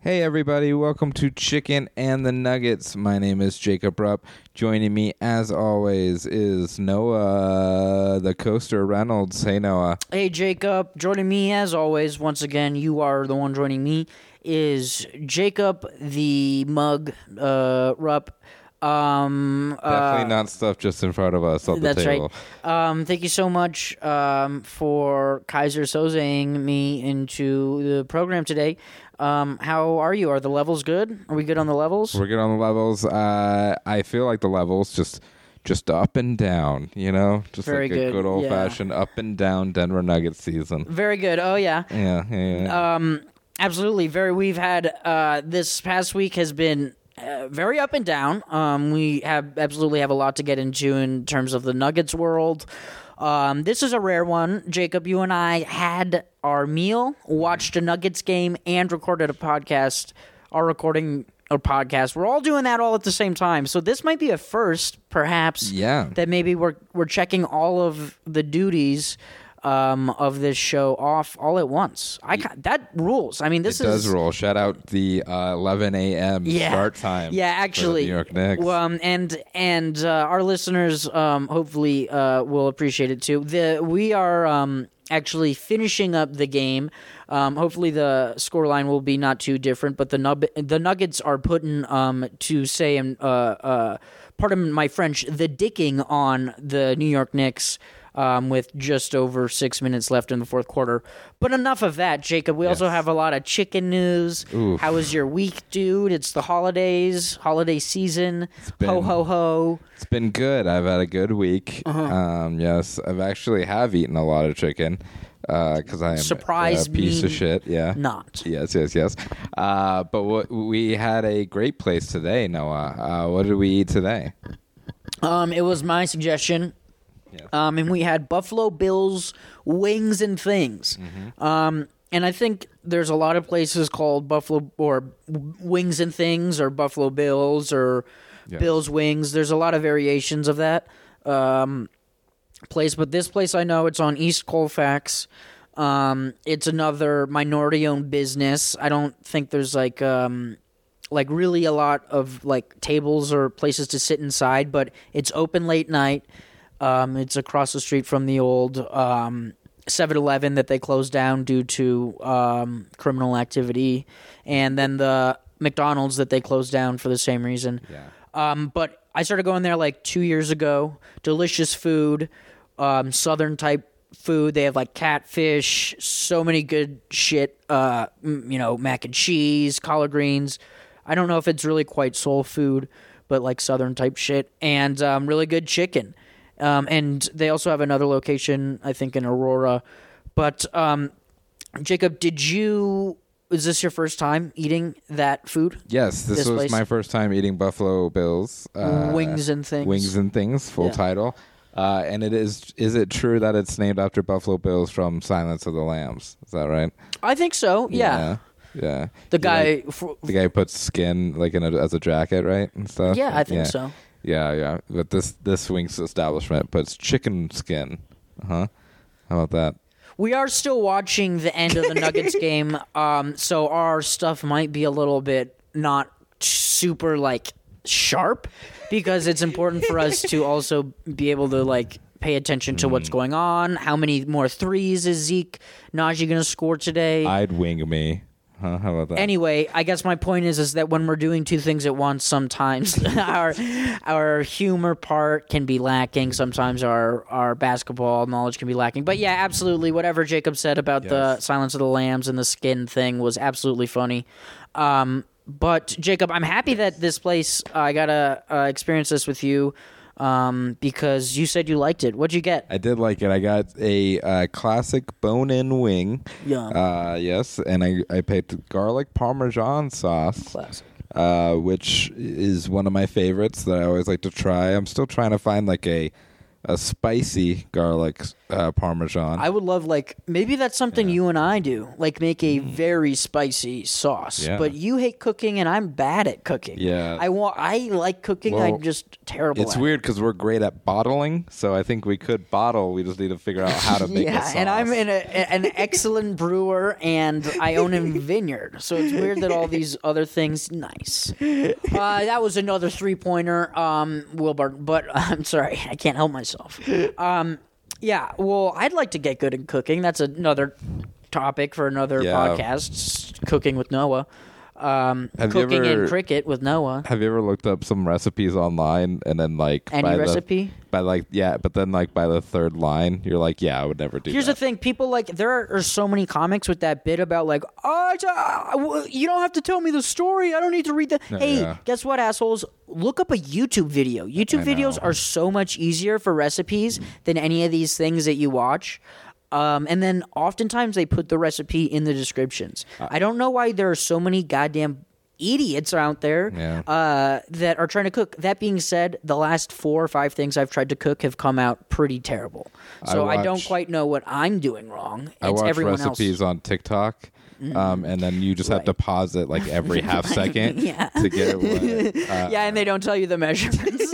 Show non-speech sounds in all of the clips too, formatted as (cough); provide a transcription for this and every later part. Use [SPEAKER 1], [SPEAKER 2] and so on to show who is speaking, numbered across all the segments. [SPEAKER 1] Hey, everybody, welcome to Chicken and the Nuggets. My name is Jacob Rupp. Joining me, as always, is Noah, the coaster Reynolds. Hey, Noah.
[SPEAKER 2] Hey Jacob, joining me as always, once again, you are the one joining me, is Jacob the mug uh Rupp. Um uh,
[SPEAKER 1] Definitely not stuff just in front of us on the
[SPEAKER 2] that's
[SPEAKER 1] table.
[SPEAKER 2] right. Um thank you so much um for Kaiser sozing me into the program today. Um how are you? Are the levels good? Are we good on the levels?
[SPEAKER 1] We're good on the levels. Uh, I feel like the levels just just up and down, you know? Just
[SPEAKER 2] Very
[SPEAKER 1] like a
[SPEAKER 2] good,
[SPEAKER 1] good
[SPEAKER 2] yeah.
[SPEAKER 1] old fashioned up and down Denver Nuggets season.
[SPEAKER 2] Very good. Oh yeah.
[SPEAKER 1] Yeah, yeah, yeah.
[SPEAKER 2] Um, absolutely. Very. We've had uh, this past week has been uh, very up and down. Um, we have absolutely have a lot to get into in terms of the Nuggets world. Um, this is a rare one, Jacob. You and I had our meal, watched a Nuggets game, and recorded a podcast. Our recording a podcast. We're all doing that all at the same time. So this might be a first, perhaps
[SPEAKER 1] Yeah.
[SPEAKER 2] that maybe we're we're checking all of the duties um, of this show off all at once. I ca- that rules. I mean, this is
[SPEAKER 1] does roll. Shout out the uh, 11 a.m.
[SPEAKER 2] yeah.
[SPEAKER 1] start time.
[SPEAKER 2] Yeah,
[SPEAKER 1] for the
[SPEAKER 2] actually,
[SPEAKER 1] New York Knicks.
[SPEAKER 2] Well, um, and and uh, our listeners um, hopefully uh, will appreciate it too. The we are um, actually finishing up the game. Um, hopefully, the score line will be not too different. But the nub- the Nuggets are putting um, to say and uh, uh, pardon my French, the dicking on the New York Knicks. Um, with just over six minutes left in the fourth quarter, but enough of that, Jacob. We also have a lot of chicken news. How was your week, dude? It's the holidays, holiday season. Ho
[SPEAKER 1] been-
[SPEAKER 2] ho ho!
[SPEAKER 1] It's been good. I've had a good week.
[SPEAKER 2] Uh-huh.
[SPEAKER 1] Um, yes, I've actually have eaten a lot of chicken because I am
[SPEAKER 2] Surprise
[SPEAKER 1] a piece
[SPEAKER 2] me
[SPEAKER 1] of shit. Yeah,
[SPEAKER 2] Not.
[SPEAKER 1] Yes, yes, yes. Uh, but what we had a great place today, Noah. Uh, what did we eat today?
[SPEAKER 2] Um, it was my suggestion. Um, and we had Buffalo Bills wings and things. Um, and I think there's a lot of places called Buffalo or w- wings and things or Buffalo Bills or Bills wings. There's a lot of variations of that. Um, place, but this place I know it's on East Colfax. Um, it's another minority-owned business. I don't think there's like um, like really a lot of like tables or places to sit inside, but it's open late night. Um, it's across the street from the old um, 7-Eleven that they closed down due to um, criminal activity, and then the McDonald's that they closed down for the same reason.
[SPEAKER 1] Yeah.
[SPEAKER 2] Um, but I started going there like two years ago. Delicious food, um, southern type food. They have like catfish, so many good shit. Uh, m- you know, mac and cheese, collard greens. I don't know if it's really quite soul food, but like southern type shit, and um, really good chicken. Um, and they also have another location, I think, in Aurora. But um, Jacob, did you? Is this your first time eating that food?
[SPEAKER 1] Yes, this,
[SPEAKER 2] This
[SPEAKER 1] was
[SPEAKER 2] place.
[SPEAKER 1] my first time eating Buffalo Bills uh,
[SPEAKER 2] Wings and things.
[SPEAKER 1] Wings and things, full
[SPEAKER 2] Yeah.
[SPEAKER 1] title. Uh, and it is is it true that it's named after Buffalo Bills from Silence of the Lambs? Is that right?
[SPEAKER 2] I think so. yeah.
[SPEAKER 1] Yeah. yeah.
[SPEAKER 2] The
[SPEAKER 1] You
[SPEAKER 2] guy,
[SPEAKER 1] like-
[SPEAKER 2] f-
[SPEAKER 1] the guy who puts skin like in a, as a jacket, right, and stuff.
[SPEAKER 2] Yeah, I think so.
[SPEAKER 1] Yeah, yeah. But this this wings establishment puts chicken skin. Huh? How about that?
[SPEAKER 2] we are still watching the end of the Nuggets game, um, so our stuff might be a little bit not super like sharp because it's important for us to also be able to like pay attention to what's going on. How many more threes is Zeke Najee going to score today?
[SPEAKER 1] I'd wing me. Huh? How about that?
[SPEAKER 2] anyway, I guess my point is is that when we're doing two things at once, sometimes (laughs) our our humor part can be lacking. Sometimes our our basketball knowledge can be lacking. But yeah, absolutely. Whatever Jacob said about the
[SPEAKER 1] Yes.
[SPEAKER 2] Silence of the Lambs and the skin thing was absolutely funny. Um, but Jacob, I'm happy that this place I gotta uh, experience this with you um, because you said you liked it. What'd you get?
[SPEAKER 1] I did like it. I got a uh, classic bone-in wing.
[SPEAKER 2] Yum.
[SPEAKER 1] Uh, yes, and I I picked garlic parmesan sauce.
[SPEAKER 2] Classic.
[SPEAKER 1] Uh, which is one of my favorites that I always like to try. I'm still trying to find like a a spicy garlic uh, uh, parmesan.
[SPEAKER 2] I would love like maybe that's something you and I do, like make a very spicy sauce.
[SPEAKER 1] Mm. Yeah.
[SPEAKER 2] But you hate cooking and I'm bad at cooking.
[SPEAKER 1] Yeah.
[SPEAKER 2] I want I like cooking,
[SPEAKER 1] Well,
[SPEAKER 2] I'm just terrible
[SPEAKER 1] it's
[SPEAKER 2] at it.
[SPEAKER 1] weird because we're great at bottling, so I think we could bottle. We just need to figure out how
[SPEAKER 2] (laughs)
[SPEAKER 1] to make.
[SPEAKER 2] yeah,
[SPEAKER 1] the sauce.
[SPEAKER 2] and I'm in a, an excellent brewer, and I own a vineyard, so it's weird that all these other things. Nice. Uh, that was another three pointer, um, Wilbert. But (laughs) I'm sorry, I can't help myself. Um, yeah, well, I'd like to get good at cooking. That's another topic for another
[SPEAKER 1] Yeah.
[SPEAKER 2] podcast. s- Cooking with Noah, um,
[SPEAKER 1] Have you
[SPEAKER 2] cooking
[SPEAKER 1] ever-
[SPEAKER 2] and cricket with Noah.
[SPEAKER 1] Have you ever looked up some recipes online and then like
[SPEAKER 2] Any
[SPEAKER 1] by the-
[SPEAKER 2] recipe?
[SPEAKER 1] by like yeah, but then like by the third line, you're like, yeah, I would never do
[SPEAKER 2] Here's
[SPEAKER 1] that.
[SPEAKER 2] the thing: people like there are, are so many comics with that bit about like, oh, it's, uh, w- you don't have to tell me the story. I don't need to read the. hey,
[SPEAKER 1] yeah.
[SPEAKER 2] guess what, assholes? Look up a YouTube video. YouTube videos are so much easier for recipes than any of these things that you watch. Um, and then oftentimes they put the recipe in the descriptions.
[SPEAKER 1] Uh,
[SPEAKER 2] I don't know why there are so many goddamn idiots out there
[SPEAKER 1] Yeah.
[SPEAKER 2] uh, that are trying to cook. That being said, the last four or five things I've tried to cook have come out pretty terrible. So I, don't
[SPEAKER 1] watch-
[SPEAKER 2] quite know what I'm doing wrong. It's
[SPEAKER 1] I watch
[SPEAKER 2] everyone
[SPEAKER 1] recipes
[SPEAKER 2] else. Mm.
[SPEAKER 1] on TikTok, um, and then you just have to pause it
[SPEAKER 2] (laughs)
[SPEAKER 1] like every half second
[SPEAKER 2] Yeah.
[SPEAKER 1] to get it.
[SPEAKER 2] (laughs)
[SPEAKER 1] right. Uh,
[SPEAKER 2] yeah, and they don't tell you
[SPEAKER 1] (laughs)
[SPEAKER 2] the measurements.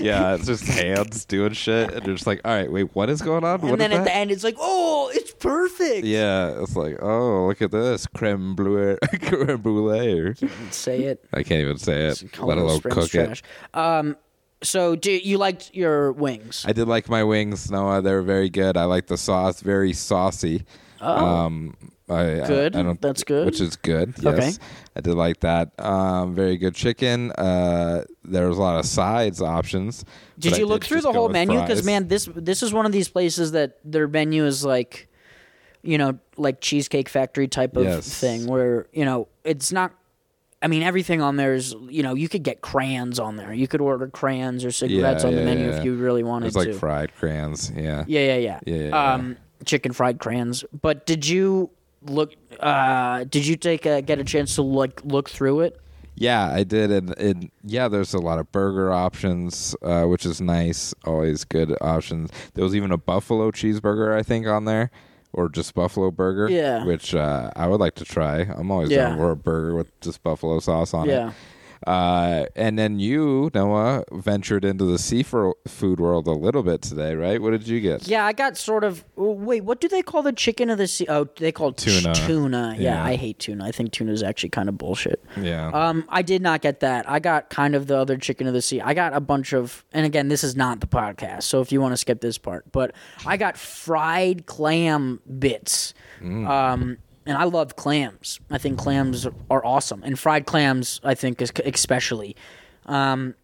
[SPEAKER 1] yeah, it's just hands doing shit, and you're just like, all right, wait, what is going on?
[SPEAKER 2] and
[SPEAKER 1] What is
[SPEAKER 2] then at
[SPEAKER 1] that?
[SPEAKER 2] the end, it's like, oh, it's perfect.
[SPEAKER 1] yeah, it's like, oh, look at this creme brulee. (laughs) creme brulee.
[SPEAKER 2] Say it.
[SPEAKER 1] I can't even say it, let
[SPEAKER 2] Colorado
[SPEAKER 1] alone
[SPEAKER 2] Springs
[SPEAKER 1] cook it.
[SPEAKER 2] trash. Um, so do you liked your wings?
[SPEAKER 1] I did like my wings, Noah. They were very good. I like the sauce, very saucy. Oh. Um, I, I-
[SPEAKER 2] Good.
[SPEAKER 1] I, don't,
[SPEAKER 2] That's good.
[SPEAKER 1] Which is good. Yes.
[SPEAKER 2] Okay.
[SPEAKER 1] I did like that. Um, very good chicken. Uh, there was a lot of sides options.
[SPEAKER 2] did
[SPEAKER 1] but I
[SPEAKER 2] you look through
[SPEAKER 1] just
[SPEAKER 2] the
[SPEAKER 1] go
[SPEAKER 2] whole
[SPEAKER 1] with
[SPEAKER 2] menu? Because
[SPEAKER 1] fries.
[SPEAKER 2] man, this this is one of these places that their menu is like, you know, like Cheesecake Factory type of
[SPEAKER 1] Yes.
[SPEAKER 2] thing where you know it's not. I mean, everything on there is you know you could get crayons on there. You could order crayons or cigarettes on the
[SPEAKER 1] yeah,
[SPEAKER 2] menu
[SPEAKER 1] yeah.
[SPEAKER 2] if you really wanted
[SPEAKER 1] there's like
[SPEAKER 2] to.
[SPEAKER 1] fried crayons. Yeah.
[SPEAKER 2] yeah, yeah, yeah.
[SPEAKER 1] Yeah, yeah, yeah.
[SPEAKER 2] Um, chicken fried crayons. But did you look? Uh, did you take a, get a chance to like look through it?
[SPEAKER 1] Yeah, I did, and, and yeah, there's a lot of burger options, uh, which is nice. Always good options. There was even a buffalo cheeseburger, I think, on there, or just buffalo burger.
[SPEAKER 2] Yeah.
[SPEAKER 1] which uh, I would like to try. I'm always
[SPEAKER 2] Yeah.
[SPEAKER 1] down for a burger with just buffalo sauce on
[SPEAKER 2] Yeah.
[SPEAKER 1] it. Uh, and then you, Noah, ventured into the seafood world a little bit today, right? What did you get?
[SPEAKER 2] Yeah, I got sort of. oh, Wait, what do they call the chicken of the sea? Oh, they call it ch-
[SPEAKER 1] Tuna.
[SPEAKER 2] Tuna. Yeah,
[SPEAKER 1] Yeah.
[SPEAKER 2] I hate tuna. I think tuna is actually kind of bullshit.
[SPEAKER 1] Yeah.
[SPEAKER 2] Um, I did not get that. I got kind of the other chicken of the sea. I got a bunch of, and again, this is not the podcast, so if you want to skip this part, but I got fried clam bits. Um, and I love clams. I think clams are awesome, and fried clams, I think, is especially. Um,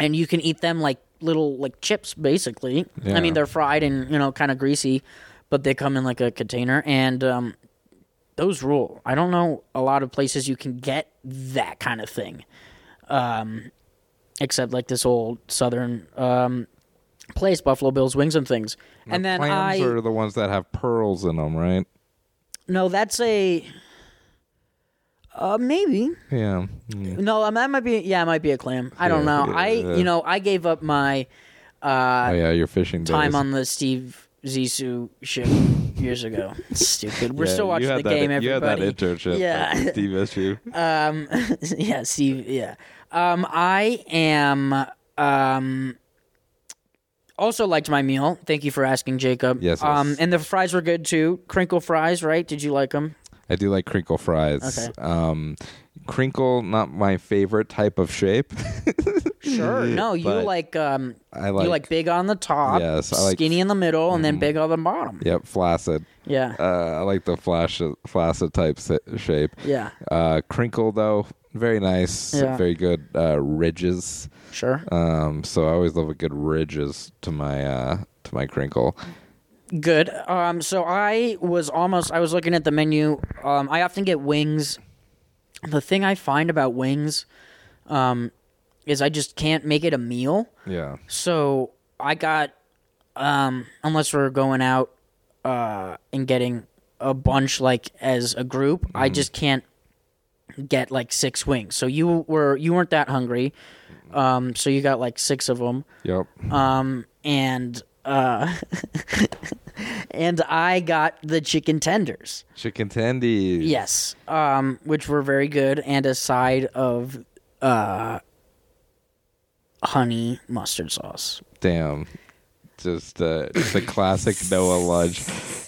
[SPEAKER 2] and you can eat them like little like chips, basically.
[SPEAKER 1] Yeah.
[SPEAKER 2] I mean, they're fried and you know kind of greasy, but they come in like a container, and um, those rule. I don't know a lot of places you can get that kind of thing, um, except like this old southern um, place, Buffalo Bills Wings and things. and then
[SPEAKER 1] Clams
[SPEAKER 2] I
[SPEAKER 1] are the ones that have pearls in them, right?
[SPEAKER 2] no, that's a uh, maybe
[SPEAKER 1] Yeah. Mm.
[SPEAKER 2] no. um, That might be yeah, it might be a clam. I don't
[SPEAKER 1] Yeah,
[SPEAKER 2] know.
[SPEAKER 1] yeah,
[SPEAKER 2] I
[SPEAKER 1] yeah.
[SPEAKER 2] you know I gave up my uh,
[SPEAKER 1] Oh yeah, you're fishing.
[SPEAKER 2] time
[SPEAKER 1] days.
[SPEAKER 2] on the Steve Zissou ship years ago. Stupid. We're
[SPEAKER 1] Yeah,
[SPEAKER 2] still
[SPEAKER 1] you
[SPEAKER 2] watching
[SPEAKER 1] had
[SPEAKER 2] the
[SPEAKER 1] that-
[SPEAKER 2] game.
[SPEAKER 1] You had that
[SPEAKER 2] everybody.
[SPEAKER 1] internship.
[SPEAKER 2] Yeah.
[SPEAKER 1] at Steve
[SPEAKER 2] (laughs)
[SPEAKER 1] Issue.
[SPEAKER 2] Um, (laughs) yeah, Steve. Yeah. Um, I am. Um, also liked my meal. Thank you for asking, Jacob.
[SPEAKER 1] Yes, yes.
[SPEAKER 2] Um, and the fries were good too. Crinkle fries, right? Did you like them?
[SPEAKER 1] I do like crinkle fries.
[SPEAKER 2] Okay.
[SPEAKER 1] Um, crinkle, not my favorite type of shape.
[SPEAKER 2] Sure. No,
[SPEAKER 1] Mm-hmm.
[SPEAKER 2] you
[SPEAKER 1] But
[SPEAKER 2] like um,
[SPEAKER 1] I
[SPEAKER 2] you
[SPEAKER 1] like-
[SPEAKER 2] like big on the top,
[SPEAKER 1] Yes, I like- Mm-hmm.
[SPEAKER 2] skinny in the middle, and then big on the bottom.
[SPEAKER 1] yep, flaccid.
[SPEAKER 2] Yeah.
[SPEAKER 1] Uh, I like the flash, flaccid type si- shape.
[SPEAKER 2] Yeah.
[SPEAKER 1] Uh, crinkle though, very nice.
[SPEAKER 2] Yeah.
[SPEAKER 1] Very good uh, ridges.
[SPEAKER 2] Sure.
[SPEAKER 1] Um, so I always love a good ridges to my uh, to my crinkle.
[SPEAKER 2] Good. Um, so I was almost. I was looking at the menu. Um, I often get wings. The thing I find about wings, um, is I just can't make it a meal.
[SPEAKER 1] Yeah.
[SPEAKER 2] So I got, um, unless we're going out, uh, and getting a bunch like as a group, I just can't get like six wings. So you were you weren't that hungry, um, so you got like six of them.
[SPEAKER 1] Yep.
[SPEAKER 2] Um, and Uh, (laughs) and I got the chicken tenders.
[SPEAKER 1] Chicken tendies.
[SPEAKER 2] Yes, um, which were very good, and a side of uh, honey mustard sauce.
[SPEAKER 1] Damn. Just uh, just a classic Noah lunch.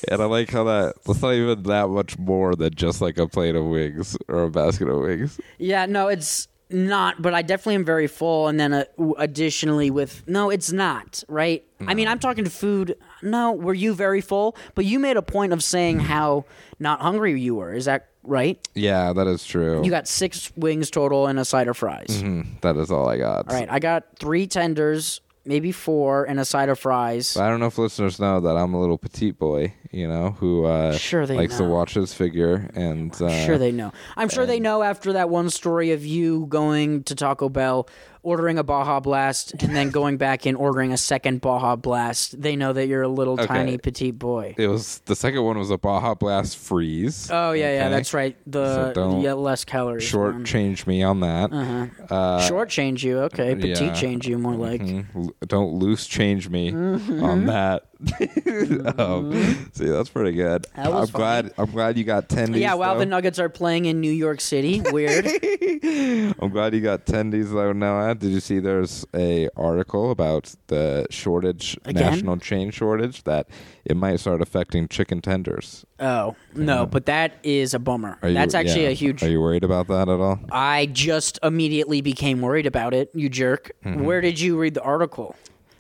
[SPEAKER 1] And I like how that that's not even that much more than just like a plate of wings or a basket of wings.
[SPEAKER 2] Yeah, no, it's not, but I definitely am very full. And then uh, additionally, with no, it's not right. I mean, I'm talking food. No, were you very full? But you made a point of saying how not hungry you were. Is that right?
[SPEAKER 1] Yeah, that is true.
[SPEAKER 2] You got six wings total and a side of fries.
[SPEAKER 1] Mm, that is all I got.
[SPEAKER 2] All right, I got three tenders, maybe four, and a side of fries.
[SPEAKER 1] I don't know if listeners know that I'm a little petite boy, you know, who uh,
[SPEAKER 2] Sure they
[SPEAKER 1] likes
[SPEAKER 2] know.
[SPEAKER 1] to watch his figure and uh,
[SPEAKER 2] sure they know. I'm sure they know after that one story of you going to Taco Bell, ordering a Baja Blast, and then going back and ordering a second Baja Blast. They know that you're a little tiny petite boy.
[SPEAKER 1] it was the second one was a Baja Blast freeze.
[SPEAKER 2] oh yeah, yeah,
[SPEAKER 1] Okay?
[SPEAKER 2] that's right. The
[SPEAKER 1] So don't
[SPEAKER 2] yeah, less calories.
[SPEAKER 1] Short
[SPEAKER 2] one.
[SPEAKER 1] change me on that. Uh-huh.
[SPEAKER 2] short change you. Okay, petite
[SPEAKER 1] Uh, yeah. Mm-hmm.
[SPEAKER 2] change you more like.
[SPEAKER 1] L- don't loose change me
[SPEAKER 2] Mm-hmm.
[SPEAKER 1] on that. (laughs) um, see, that's pretty good.
[SPEAKER 2] That was
[SPEAKER 1] I'm glad. I'm glad you got tendies.
[SPEAKER 2] Yeah, while
[SPEAKER 1] though.
[SPEAKER 2] the Nuggets are playing in New York City,
[SPEAKER 1] (laughs)
[SPEAKER 2] weird.
[SPEAKER 1] I'm glad you got tendies though, Noah. Did you see there's a article about the shortage,
[SPEAKER 2] Again?
[SPEAKER 1] national chain shortage, that it might start affecting chicken tenders.
[SPEAKER 2] oh no, but that is a bummer.
[SPEAKER 1] Are you-
[SPEAKER 2] That's actually
[SPEAKER 1] yeah.
[SPEAKER 2] a huge
[SPEAKER 1] Are you worried about that at all?
[SPEAKER 2] I just immediately became worried about it, you jerk. Where did you read the article?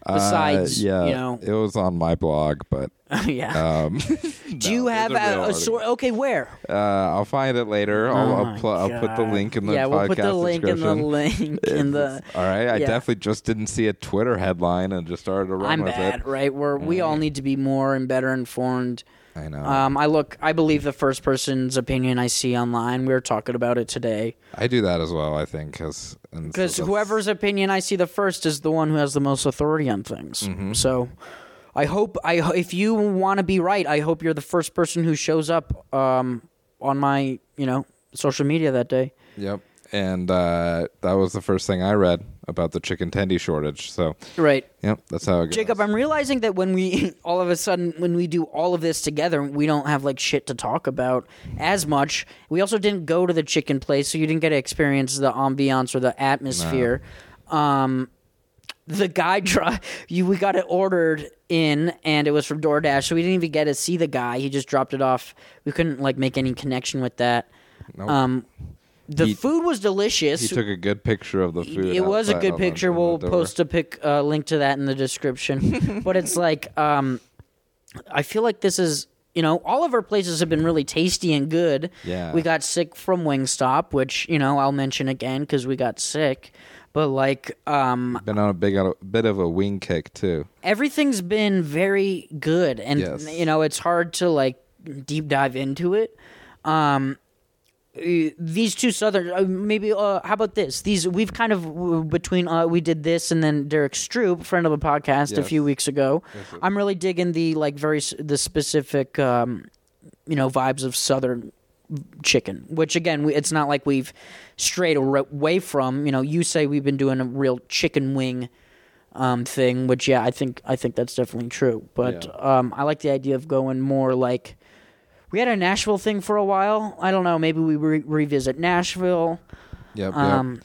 [SPEAKER 2] Besides,
[SPEAKER 1] Mm-hmm. Uh, yeah,
[SPEAKER 2] you know, (laughs)
[SPEAKER 1] it was on my blog, but
[SPEAKER 2] yeah.
[SPEAKER 1] um,
[SPEAKER 2] (laughs)
[SPEAKER 1] (laughs)
[SPEAKER 2] Do you
[SPEAKER 1] no,
[SPEAKER 2] have
[SPEAKER 1] it's a real
[SPEAKER 2] a, a sort? Okay, where?
[SPEAKER 1] uh, I'll find it later. I'll,
[SPEAKER 2] Oh
[SPEAKER 1] I'll, pl- I'll put the
[SPEAKER 2] God.
[SPEAKER 1] link in the
[SPEAKER 2] yeah. We'll put the
[SPEAKER 1] podcast
[SPEAKER 2] link in the
[SPEAKER 1] description.
[SPEAKER 2] (laughs) link in the.
[SPEAKER 1] All right, I
[SPEAKER 2] yeah.
[SPEAKER 1] definitely just didn't see a Twitter headline and just started to run
[SPEAKER 2] I'm
[SPEAKER 1] with
[SPEAKER 2] bad,
[SPEAKER 1] it. Mm.
[SPEAKER 2] right? We're we all need to be more and better informed.
[SPEAKER 1] I know.
[SPEAKER 2] Um, I look. I believe the first person's opinion I see online. We were talking about it today
[SPEAKER 1] I do that as well. I think because
[SPEAKER 2] because whoever's opinion I see the first is the one who has the most authority on things. So, I hope I ho- if you want to be right, I hope you're the first person who shows up um, on my you know social media that day.
[SPEAKER 1] Yep. And uh, that was the first thing I read about the chicken tendy shortage. So,
[SPEAKER 2] Right.
[SPEAKER 1] yep, that's how it goes.
[SPEAKER 2] Jacob, I'm realizing that when we (laughs) all of a sudden when we do all of this together, we don't have like shit to talk about as much. We also didn't go to the chicken place, so you didn't get to experience the ambiance or the atmosphere. Um the guy (laughs) dro- you we got it ordered in and it was from DoorDash, so we didn't even get to see the guy. He just dropped it off. We couldn't like make any connection with that.
[SPEAKER 1] Nope.
[SPEAKER 2] Um the
[SPEAKER 1] He-
[SPEAKER 2] food was delicious.
[SPEAKER 1] he took a good picture of the food.
[SPEAKER 2] It was a
[SPEAKER 1] outside
[SPEAKER 2] good
[SPEAKER 1] on the-
[SPEAKER 2] picture.
[SPEAKER 1] on the
[SPEAKER 2] We'll
[SPEAKER 1] door.
[SPEAKER 2] post a pic uh, link to that in the
[SPEAKER 1] (laughs)
[SPEAKER 2] description. but it's like um, I feel like this is you know all of our places have been really tasty and good.
[SPEAKER 1] Yeah.
[SPEAKER 2] we got sick from Wingstop, which you know I'll mention again because we got sick. But like um,
[SPEAKER 1] Been on a big on a bit of a wing kick too.
[SPEAKER 2] everything's been very good, and
[SPEAKER 1] Yes.
[SPEAKER 2] you know it's hard to like deep dive into it. Um, uh, these two southern uh, maybe uh, how about this these we've kind of w- between uh, we did this and then derek stroop friend of the podcast a
[SPEAKER 1] Yes.
[SPEAKER 2] few weeks ago i'm really digging the like very s- the specific um you know vibes of southern chicken which again we, it's not like we've strayed ar- away from you know you say we've been doing a real chicken wing um thing which yeah i think i think that's definitely true but um i like the idea of going more like we had a Nashville thing for a while. I don't know. Maybe we re- revisit Nashville.
[SPEAKER 1] Yep.
[SPEAKER 2] Um,
[SPEAKER 1] yep.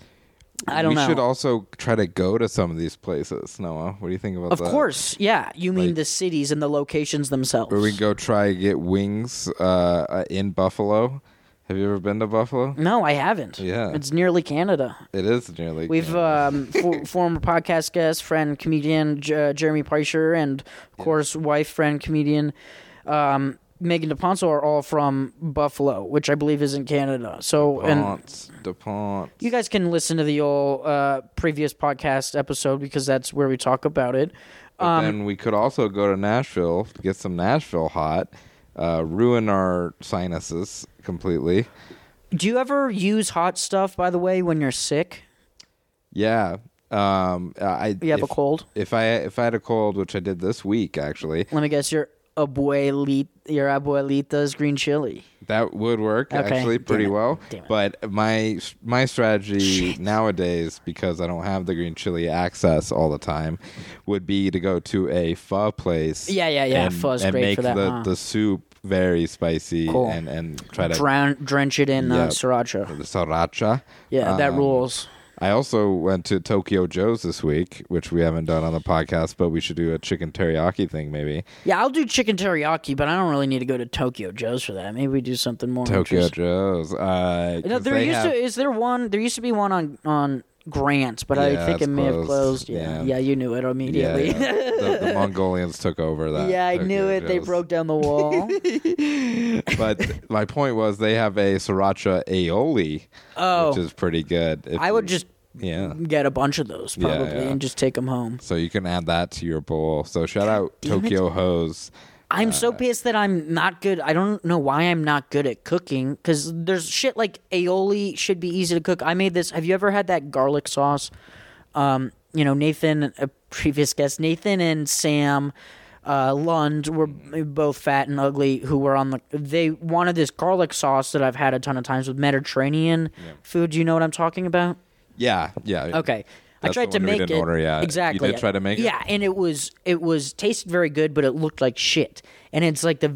[SPEAKER 2] I don't
[SPEAKER 1] we
[SPEAKER 2] know.
[SPEAKER 1] should also try to go to some of these places, Noah. What do you think about
[SPEAKER 2] of
[SPEAKER 1] that?
[SPEAKER 2] course, yeah. You mean the cities and the locations themselves?
[SPEAKER 1] Where we can go try and get wings uh, uh, in Buffalo. Have you ever been to Buffalo?
[SPEAKER 2] no, I haven't.
[SPEAKER 1] Yeah.
[SPEAKER 2] it's nearly Canada.
[SPEAKER 1] It is nearly.
[SPEAKER 2] We've
[SPEAKER 1] (laughs)
[SPEAKER 2] um, for, former podcast guest, friend, comedian J- Jeremy Preischer, and of course, wife, friend, comedian um, Megan DePonso are all from Buffalo, which I believe is in Canada. So, and
[SPEAKER 1] DuPont, DuPont.
[SPEAKER 2] You guys can listen to the old uh, previous podcast episode because that's where we talk about it.
[SPEAKER 1] But
[SPEAKER 2] um,
[SPEAKER 1] then we could also go to Nashville, get some Nashville hot, uh, ruin our sinuses completely.
[SPEAKER 2] Do you ever use hot stuff, by the way, when you're sick?
[SPEAKER 1] Yeah. Um, I
[SPEAKER 2] You have
[SPEAKER 1] if,
[SPEAKER 2] a cold?
[SPEAKER 1] If I if I had a cold, which I did this week actually,
[SPEAKER 2] Let me guess, your abuelita your abuelita's green chili.
[SPEAKER 1] That would work
[SPEAKER 2] Okay.
[SPEAKER 1] actually
[SPEAKER 2] Damn
[SPEAKER 1] pretty
[SPEAKER 2] it.
[SPEAKER 1] well.
[SPEAKER 2] Damn it.
[SPEAKER 1] But my my strategy
[SPEAKER 2] Shit.
[SPEAKER 1] nowadays, because I don't have the green chili access all the time, would be to go to a pho place.
[SPEAKER 2] Yeah, yeah, yeah.
[SPEAKER 1] And,
[SPEAKER 2] Pho's
[SPEAKER 1] and
[SPEAKER 2] great
[SPEAKER 1] make
[SPEAKER 2] for that,
[SPEAKER 1] the,
[SPEAKER 2] huh?
[SPEAKER 1] the soup very spicy
[SPEAKER 2] Cool.
[SPEAKER 1] and and try to
[SPEAKER 2] Drown, drench it in uh,
[SPEAKER 1] Yep.
[SPEAKER 2] sriracha.
[SPEAKER 1] the sriracha.
[SPEAKER 2] Yeah, that
[SPEAKER 1] Um,
[SPEAKER 2] rules.
[SPEAKER 1] I also went to Tokyo Joe's this week, which we haven't done on the podcast, but we should do a chicken teriyaki thing maybe.
[SPEAKER 2] Yeah, I'll do chicken teriyaki, but I don't really need to go to Tokyo Joe's for that. Maybe we do something more.
[SPEAKER 1] Tokyo
[SPEAKER 2] interesting.
[SPEAKER 1] Joe's. Uh,
[SPEAKER 2] No,
[SPEAKER 1] 'cause
[SPEAKER 2] there
[SPEAKER 1] they
[SPEAKER 2] used
[SPEAKER 1] have-
[SPEAKER 2] to is there one? There used to be one on on Grants, but
[SPEAKER 1] Yeah,
[SPEAKER 2] I think
[SPEAKER 1] that's
[SPEAKER 2] it may have
[SPEAKER 1] closed.
[SPEAKER 2] closed. Yeah,
[SPEAKER 1] Yeah.
[SPEAKER 2] yeah, you knew it
[SPEAKER 1] Yeah,
[SPEAKER 2] immediately.
[SPEAKER 1] yeah. the,
[SPEAKER 2] (laughs)
[SPEAKER 1] the Mongolians took over that.
[SPEAKER 2] Yeah, I knew
[SPEAKER 1] Tokyo
[SPEAKER 2] it. They
[SPEAKER 1] Joe's.
[SPEAKER 2] broke down
[SPEAKER 1] (laughs)
[SPEAKER 2] the wall.
[SPEAKER 1] But
[SPEAKER 2] (laughs)
[SPEAKER 1] my point was, they have a sriracha aioli,
[SPEAKER 2] Oh.
[SPEAKER 1] which is pretty good. If
[SPEAKER 2] I would
[SPEAKER 1] you-
[SPEAKER 2] just
[SPEAKER 1] yeah.
[SPEAKER 2] get a bunch of those
[SPEAKER 1] Yeah,
[SPEAKER 2] probably
[SPEAKER 1] yeah.
[SPEAKER 2] and just take them home.
[SPEAKER 1] So you can add that to your bowl. So shout out
[SPEAKER 2] damn it.
[SPEAKER 1] Tokyo Hose.
[SPEAKER 2] I'm so pissed that I'm not good. I don't know why I'm not good at cooking because there's shit like aioli should be easy to cook. I made this. Have you ever had that garlic sauce? Um, you know, Nathan, a previous guest, Nathan and Sam uh, Lund were both fat and ugly. Who were on the? They wanted this garlic sauce that I've had a ton of times with Mediterranean food. You know what I'm talking about?
[SPEAKER 1] Yeah, yeah.
[SPEAKER 2] Okay. I
[SPEAKER 1] That's
[SPEAKER 2] tried
[SPEAKER 1] the one
[SPEAKER 2] to
[SPEAKER 1] we
[SPEAKER 2] make
[SPEAKER 1] didn't
[SPEAKER 2] it
[SPEAKER 1] order, yeah. You
[SPEAKER 2] exactly.
[SPEAKER 1] did try to make it?
[SPEAKER 2] Yeah, and it was it was tasted very good, but it looked like shit. And it's like the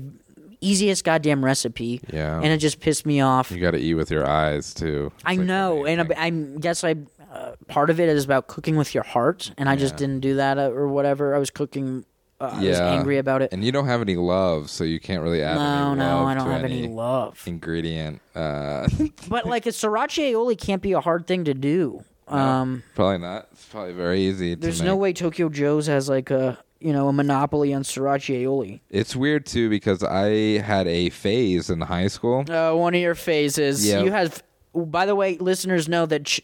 [SPEAKER 2] easiest goddamn recipe.
[SPEAKER 1] Yeah.
[SPEAKER 2] And it just pissed me off.
[SPEAKER 1] You got to eat with your eyes too. It's
[SPEAKER 2] I
[SPEAKER 1] like the
[SPEAKER 2] know,
[SPEAKER 1] main
[SPEAKER 2] and
[SPEAKER 1] thing.
[SPEAKER 2] I, I guess I uh, part of it is about cooking with your heart, and I just didn't do that uh, or whatever. I was cooking. Uh, I was angry about it.
[SPEAKER 1] And you don't have any love, so you can't really add.
[SPEAKER 2] No,
[SPEAKER 1] any
[SPEAKER 2] no,
[SPEAKER 1] love
[SPEAKER 2] I don't
[SPEAKER 1] to
[SPEAKER 2] have
[SPEAKER 1] (laughs)
[SPEAKER 2] any love.
[SPEAKER 1] ingredient. Uh, (laughs)
[SPEAKER 2] But like a sriracha aioli can't be a hard thing to do. Um,
[SPEAKER 1] probably not. It's probably very easy.
[SPEAKER 2] there's
[SPEAKER 1] to make.
[SPEAKER 2] no way Tokyo Joe's has like a you know a monopoly on sriracha aioli.
[SPEAKER 1] It's weird too because I had a phase in high school.
[SPEAKER 2] Uh, one of your phases.
[SPEAKER 1] Yeah.
[SPEAKER 2] You have. By the way, listeners know that J-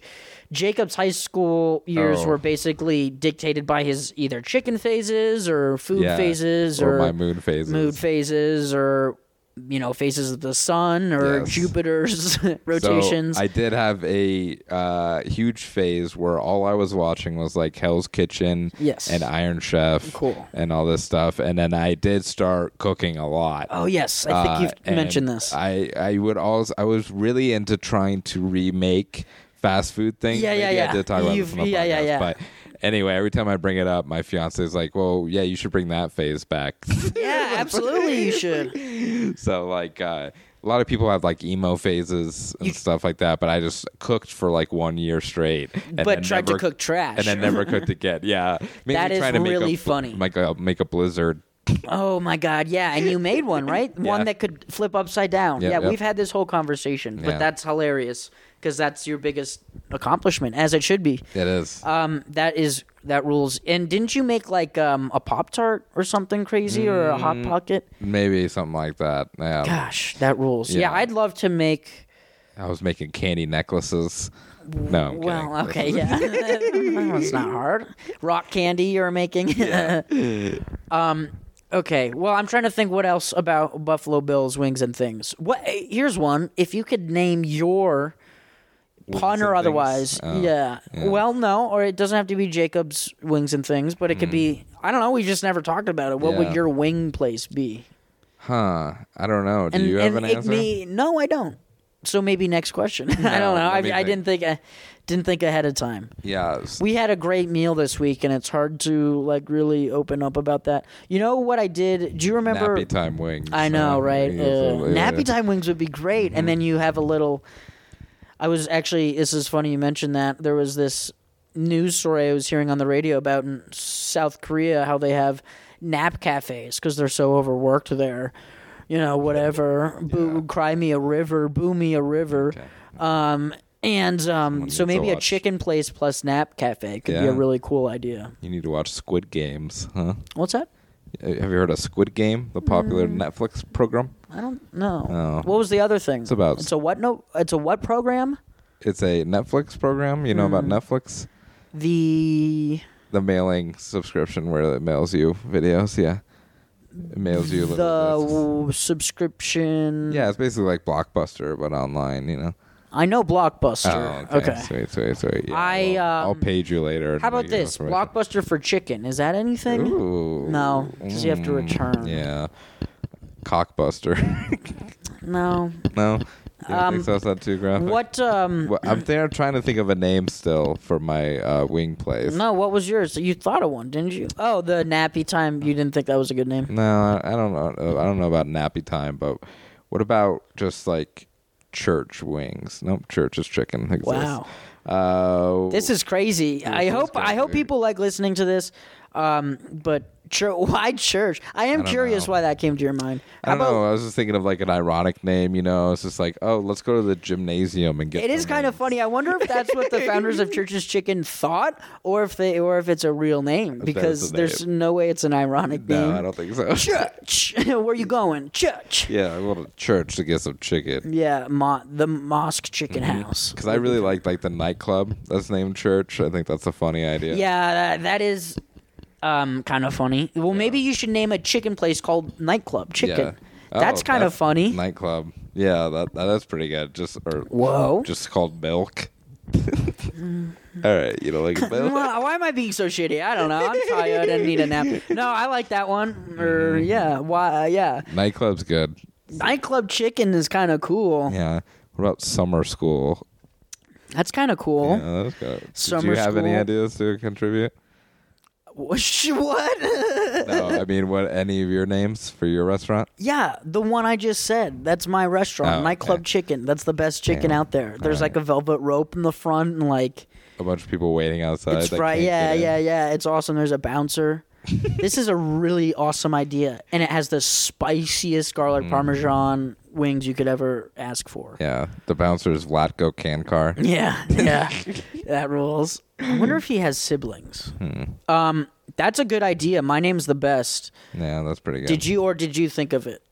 [SPEAKER 2] Jacob's high school years
[SPEAKER 1] Oh.
[SPEAKER 2] were basically dictated by his either chicken phases or food
[SPEAKER 1] Yeah,
[SPEAKER 2] phases
[SPEAKER 1] or
[SPEAKER 2] or,
[SPEAKER 1] my mood phases.
[SPEAKER 2] mood phases or you know phases of the sun or
[SPEAKER 1] Yes.
[SPEAKER 2] Jupiter's (laughs)
[SPEAKER 1] So
[SPEAKER 2] rotations.
[SPEAKER 1] I did have a uh, huge phase where all I was watching was like Hell's Kitchen
[SPEAKER 2] Yes.
[SPEAKER 1] and Iron Chef
[SPEAKER 2] Cool.
[SPEAKER 1] and all this stuff. And then I did start cooking a lot.
[SPEAKER 2] oh yes, I think
[SPEAKER 1] Uh,
[SPEAKER 2] you've
[SPEAKER 1] and
[SPEAKER 2] mentioned this.
[SPEAKER 1] I, I would also I was really into trying to remake fast food things.
[SPEAKER 2] Yeah, yeah,
[SPEAKER 1] Maybe
[SPEAKER 2] yeah.
[SPEAKER 1] I did talk about
[SPEAKER 2] You've-
[SPEAKER 1] this on the
[SPEAKER 2] yeah, yeah,
[SPEAKER 1] podcast,
[SPEAKER 2] yeah.
[SPEAKER 1] But anyway, every time I bring it up, my fiance is like, "Well, yeah, you should bring that phase back."
[SPEAKER 2] (laughs)
[SPEAKER 1] (laughs)
[SPEAKER 2] yeah, absolutely, you should.
[SPEAKER 1] so like uh, a lot of people have like emo phases and stuff like that but i just cooked for like one year straight and then
[SPEAKER 2] But tried to
[SPEAKER 1] never-
[SPEAKER 2] cook trash.
[SPEAKER 1] and then never cooked again
[SPEAKER 2] (laughs)
[SPEAKER 1] yeah Mainly
[SPEAKER 2] That is
[SPEAKER 1] trying to make
[SPEAKER 2] really
[SPEAKER 1] a,
[SPEAKER 2] funny.
[SPEAKER 1] make a, make a blizzard
[SPEAKER 2] Oh my God! Yeah, and you made one, right?
[SPEAKER 1] (laughs) Yeah.
[SPEAKER 2] One that could flip upside down.
[SPEAKER 1] Yep,
[SPEAKER 2] yeah,
[SPEAKER 1] yep.
[SPEAKER 2] we've had this whole conversation, but
[SPEAKER 1] Yeah.
[SPEAKER 2] that's hilarious because that's your biggest accomplishment, as it should be.
[SPEAKER 1] it is
[SPEAKER 2] Um, that is that rules. And didn't you make like um a pop tart or something crazy or a
[SPEAKER 1] Mm.
[SPEAKER 2] hot pocket?
[SPEAKER 1] maybe something like that yeah
[SPEAKER 2] Gosh, that rules. Yeah,
[SPEAKER 1] Yeah.
[SPEAKER 2] I'd love to make.
[SPEAKER 1] i was making candy necklaces no I'm
[SPEAKER 2] Well, uh,
[SPEAKER 1] kidding. (laughs)
[SPEAKER 2] okay, yeah, that one's not hard. Rock candy you're making. (laughs) um, okay. Well, I'm trying to think what else about Buffalo Bills wings and things. What? Here's one. If you could name your
[SPEAKER 1] and
[SPEAKER 2] pun or
[SPEAKER 1] things? Oh,
[SPEAKER 2] otherwise, yeah. Well, no, or it doesn't have to be Jacob's wings and things, but it could be. I don't know. We just never talked about it. What
[SPEAKER 1] Hmm. Yeah.
[SPEAKER 2] would your wing place be?
[SPEAKER 1] huh i don't know do
[SPEAKER 2] And-
[SPEAKER 1] you have
[SPEAKER 2] and
[SPEAKER 1] an
[SPEAKER 2] it
[SPEAKER 1] answer
[SPEAKER 2] may- no, I don't. So maybe next question. (laughs) I don't know.
[SPEAKER 1] let
[SPEAKER 2] I,
[SPEAKER 1] me
[SPEAKER 2] I
[SPEAKER 1] think.
[SPEAKER 2] didn't think I didn't think ahead of time.
[SPEAKER 1] yeah s-
[SPEAKER 2] We had a great meal this week, and it's hard to like really open up about that. You know what I did? Do you remember?
[SPEAKER 1] nappy time wings
[SPEAKER 2] I know,
[SPEAKER 1] uh,
[SPEAKER 2] right?
[SPEAKER 1] yeah,
[SPEAKER 2] Uh,
[SPEAKER 1] so, yeah. Mm-hmm.
[SPEAKER 2] nappy time wings would be great, and then you have a little. I was actually. This is funny you mentioned that. There was this news story I was hearing on the radio about in South Korea how they have nap cafes because they're so overworked there. You know, whatever. Boo, cry me a river. Boo me a river. Um, and um,
[SPEAKER 1] needs
[SPEAKER 2] so
[SPEAKER 1] to
[SPEAKER 2] maybe a
[SPEAKER 1] watch.
[SPEAKER 2] chicken place plus nap cafe could be
[SPEAKER 1] Yeah.
[SPEAKER 2] a really cool idea.
[SPEAKER 1] you need to watch squid games huh
[SPEAKER 2] What's that?
[SPEAKER 1] Uh, Have you heard of Squid Game, the popular
[SPEAKER 2] Mm.
[SPEAKER 1] Netflix program?
[SPEAKER 2] I don't know.
[SPEAKER 1] Oh.
[SPEAKER 2] What was the other thing? It's
[SPEAKER 1] about-
[SPEAKER 2] It's a what? No, it's a what program?
[SPEAKER 1] It's a Netflix program. You know about
[SPEAKER 2] Mm-hmm.
[SPEAKER 1] Netflix?
[SPEAKER 2] The
[SPEAKER 1] The mailing subscription where it mails you videos. Yeah. It mails you
[SPEAKER 2] the
[SPEAKER 1] little. discs.
[SPEAKER 2] w- subscription.
[SPEAKER 1] Yeah, it's basically like Blockbuster, but online, you know?
[SPEAKER 2] I know Blockbuster.
[SPEAKER 1] Oh,
[SPEAKER 2] okay.
[SPEAKER 1] Sweet, sweet, sweet. Yeah,
[SPEAKER 2] I,
[SPEAKER 1] well, I'll
[SPEAKER 2] um,
[SPEAKER 1] page you later. and
[SPEAKER 2] How about
[SPEAKER 1] give you
[SPEAKER 2] this?
[SPEAKER 1] information.
[SPEAKER 2] Blockbuster for chicken. Is that anything?
[SPEAKER 1] Ooh. Mm,
[SPEAKER 2] No, 'cause you have to return.
[SPEAKER 1] Yeah. Cockbuster. (laughs)
[SPEAKER 2] No.
[SPEAKER 1] no, you don't think so? It's not too graphic.
[SPEAKER 2] Um, What? Um.
[SPEAKER 1] Well, I'm there trying to think of a name still for my uh, wing place.
[SPEAKER 2] No. What was yours? You thought of one, didn't you? Oh, the nappy time. You didn't think that was a good name.
[SPEAKER 1] No, I- I don't know. I don't know about nappy time, but what about just like church wings? Nope, church is chicken. Exists.
[SPEAKER 2] Wow.
[SPEAKER 1] Uh,
[SPEAKER 2] This is crazy. I
[SPEAKER 1] is
[SPEAKER 2] hope. I
[SPEAKER 1] kinda
[SPEAKER 2] hope
[SPEAKER 1] weird.
[SPEAKER 2] people like listening to this. Um. But chur- (laughs) why church? I am
[SPEAKER 1] don't
[SPEAKER 2] curious
[SPEAKER 1] know.
[SPEAKER 2] why that came to your mind.
[SPEAKER 1] I
[SPEAKER 2] How
[SPEAKER 1] don't know. I was just thinking of like an ironic name, you know. It's just like, oh, let's go to the gymnasium and get.
[SPEAKER 2] It is
[SPEAKER 1] some
[SPEAKER 2] kind of
[SPEAKER 1] wings.
[SPEAKER 2] funny. I wonder if that's what the
[SPEAKER 1] (laughs)
[SPEAKER 2] founders of Church's Chicken thought, or if they, or if it's a real name. Because
[SPEAKER 1] the
[SPEAKER 2] there's no way it's an ironic
[SPEAKER 1] No,
[SPEAKER 2] name.
[SPEAKER 1] I don't think so.
[SPEAKER 2] Church, (laughs) where you going?
[SPEAKER 1] (laughs)
[SPEAKER 2] Church.
[SPEAKER 1] yeah, I go to church to get some chicken
[SPEAKER 2] Yeah, mo- the mosque chicken
[SPEAKER 1] Mm-hmm.
[SPEAKER 2] house.
[SPEAKER 1] because I really like like the nightclub that's named church. I think that's a funny idea.
[SPEAKER 2] Yeah, that, that is um, kind of funny. Well, maybe you should name a chicken place called Nightclub Chicken.
[SPEAKER 1] Oh,
[SPEAKER 2] that's kind of funny.
[SPEAKER 1] Nightclub. Yeah, that, that that's pretty good. Just or
[SPEAKER 2] Whoa.
[SPEAKER 1] just called milk.
[SPEAKER 2] Mm-hmm.
[SPEAKER 1] (laughs) All right, you know, like
[SPEAKER 2] (laughs)
[SPEAKER 1] milk.
[SPEAKER 2] Well, (laughs) why am I being so shitty? I don't know. I'm tired and need a
[SPEAKER 1] (laughs)
[SPEAKER 2] nap. No, I like that one. Or
[SPEAKER 1] Mm-hmm.
[SPEAKER 2] yeah, why? yeah,
[SPEAKER 1] Nightclub's good.
[SPEAKER 2] Nightclub Chicken is kind of cool.
[SPEAKER 1] Yeah. What about summer school?
[SPEAKER 2] That's kind of cool. (laughs)
[SPEAKER 1] Yeah, that's good. Did
[SPEAKER 2] Summer
[SPEAKER 1] you have any
[SPEAKER 2] school.
[SPEAKER 1] ideas to contribute?
[SPEAKER 2] What? (laughs)
[SPEAKER 1] No, I mean, what any of your names for your restaurant?
[SPEAKER 2] yeah, the one I just said. That's my restaurant,
[SPEAKER 1] Oh, okay.
[SPEAKER 2] Nightclub Chicken. That's the best chicken
[SPEAKER 1] Damn.
[SPEAKER 2] out there. There's like a velvet rope in the front and like
[SPEAKER 1] A bunch of people waiting outside.
[SPEAKER 2] it's
[SPEAKER 1] that
[SPEAKER 2] right.
[SPEAKER 1] can't
[SPEAKER 2] Yeah,
[SPEAKER 1] get in.
[SPEAKER 2] yeah, yeah. It's awesome. There's
[SPEAKER 1] (laughs)
[SPEAKER 2] a bouncer. this is a really awesome idea, and it has the spiciest garlic
[SPEAKER 1] Mm.
[SPEAKER 2] parmesan wings you could ever ask for.
[SPEAKER 1] Yeah, the bouncer is Vlatko Kankar.
[SPEAKER 2] Yeah, (laughs) yeah,
[SPEAKER 1] (laughs)
[SPEAKER 2] that rules. I wonder if he has siblings.
[SPEAKER 1] Hmm.
[SPEAKER 2] Um, that's a good idea. My name's the best.
[SPEAKER 1] Yeah, that's pretty good.
[SPEAKER 2] Did you or did you think of it?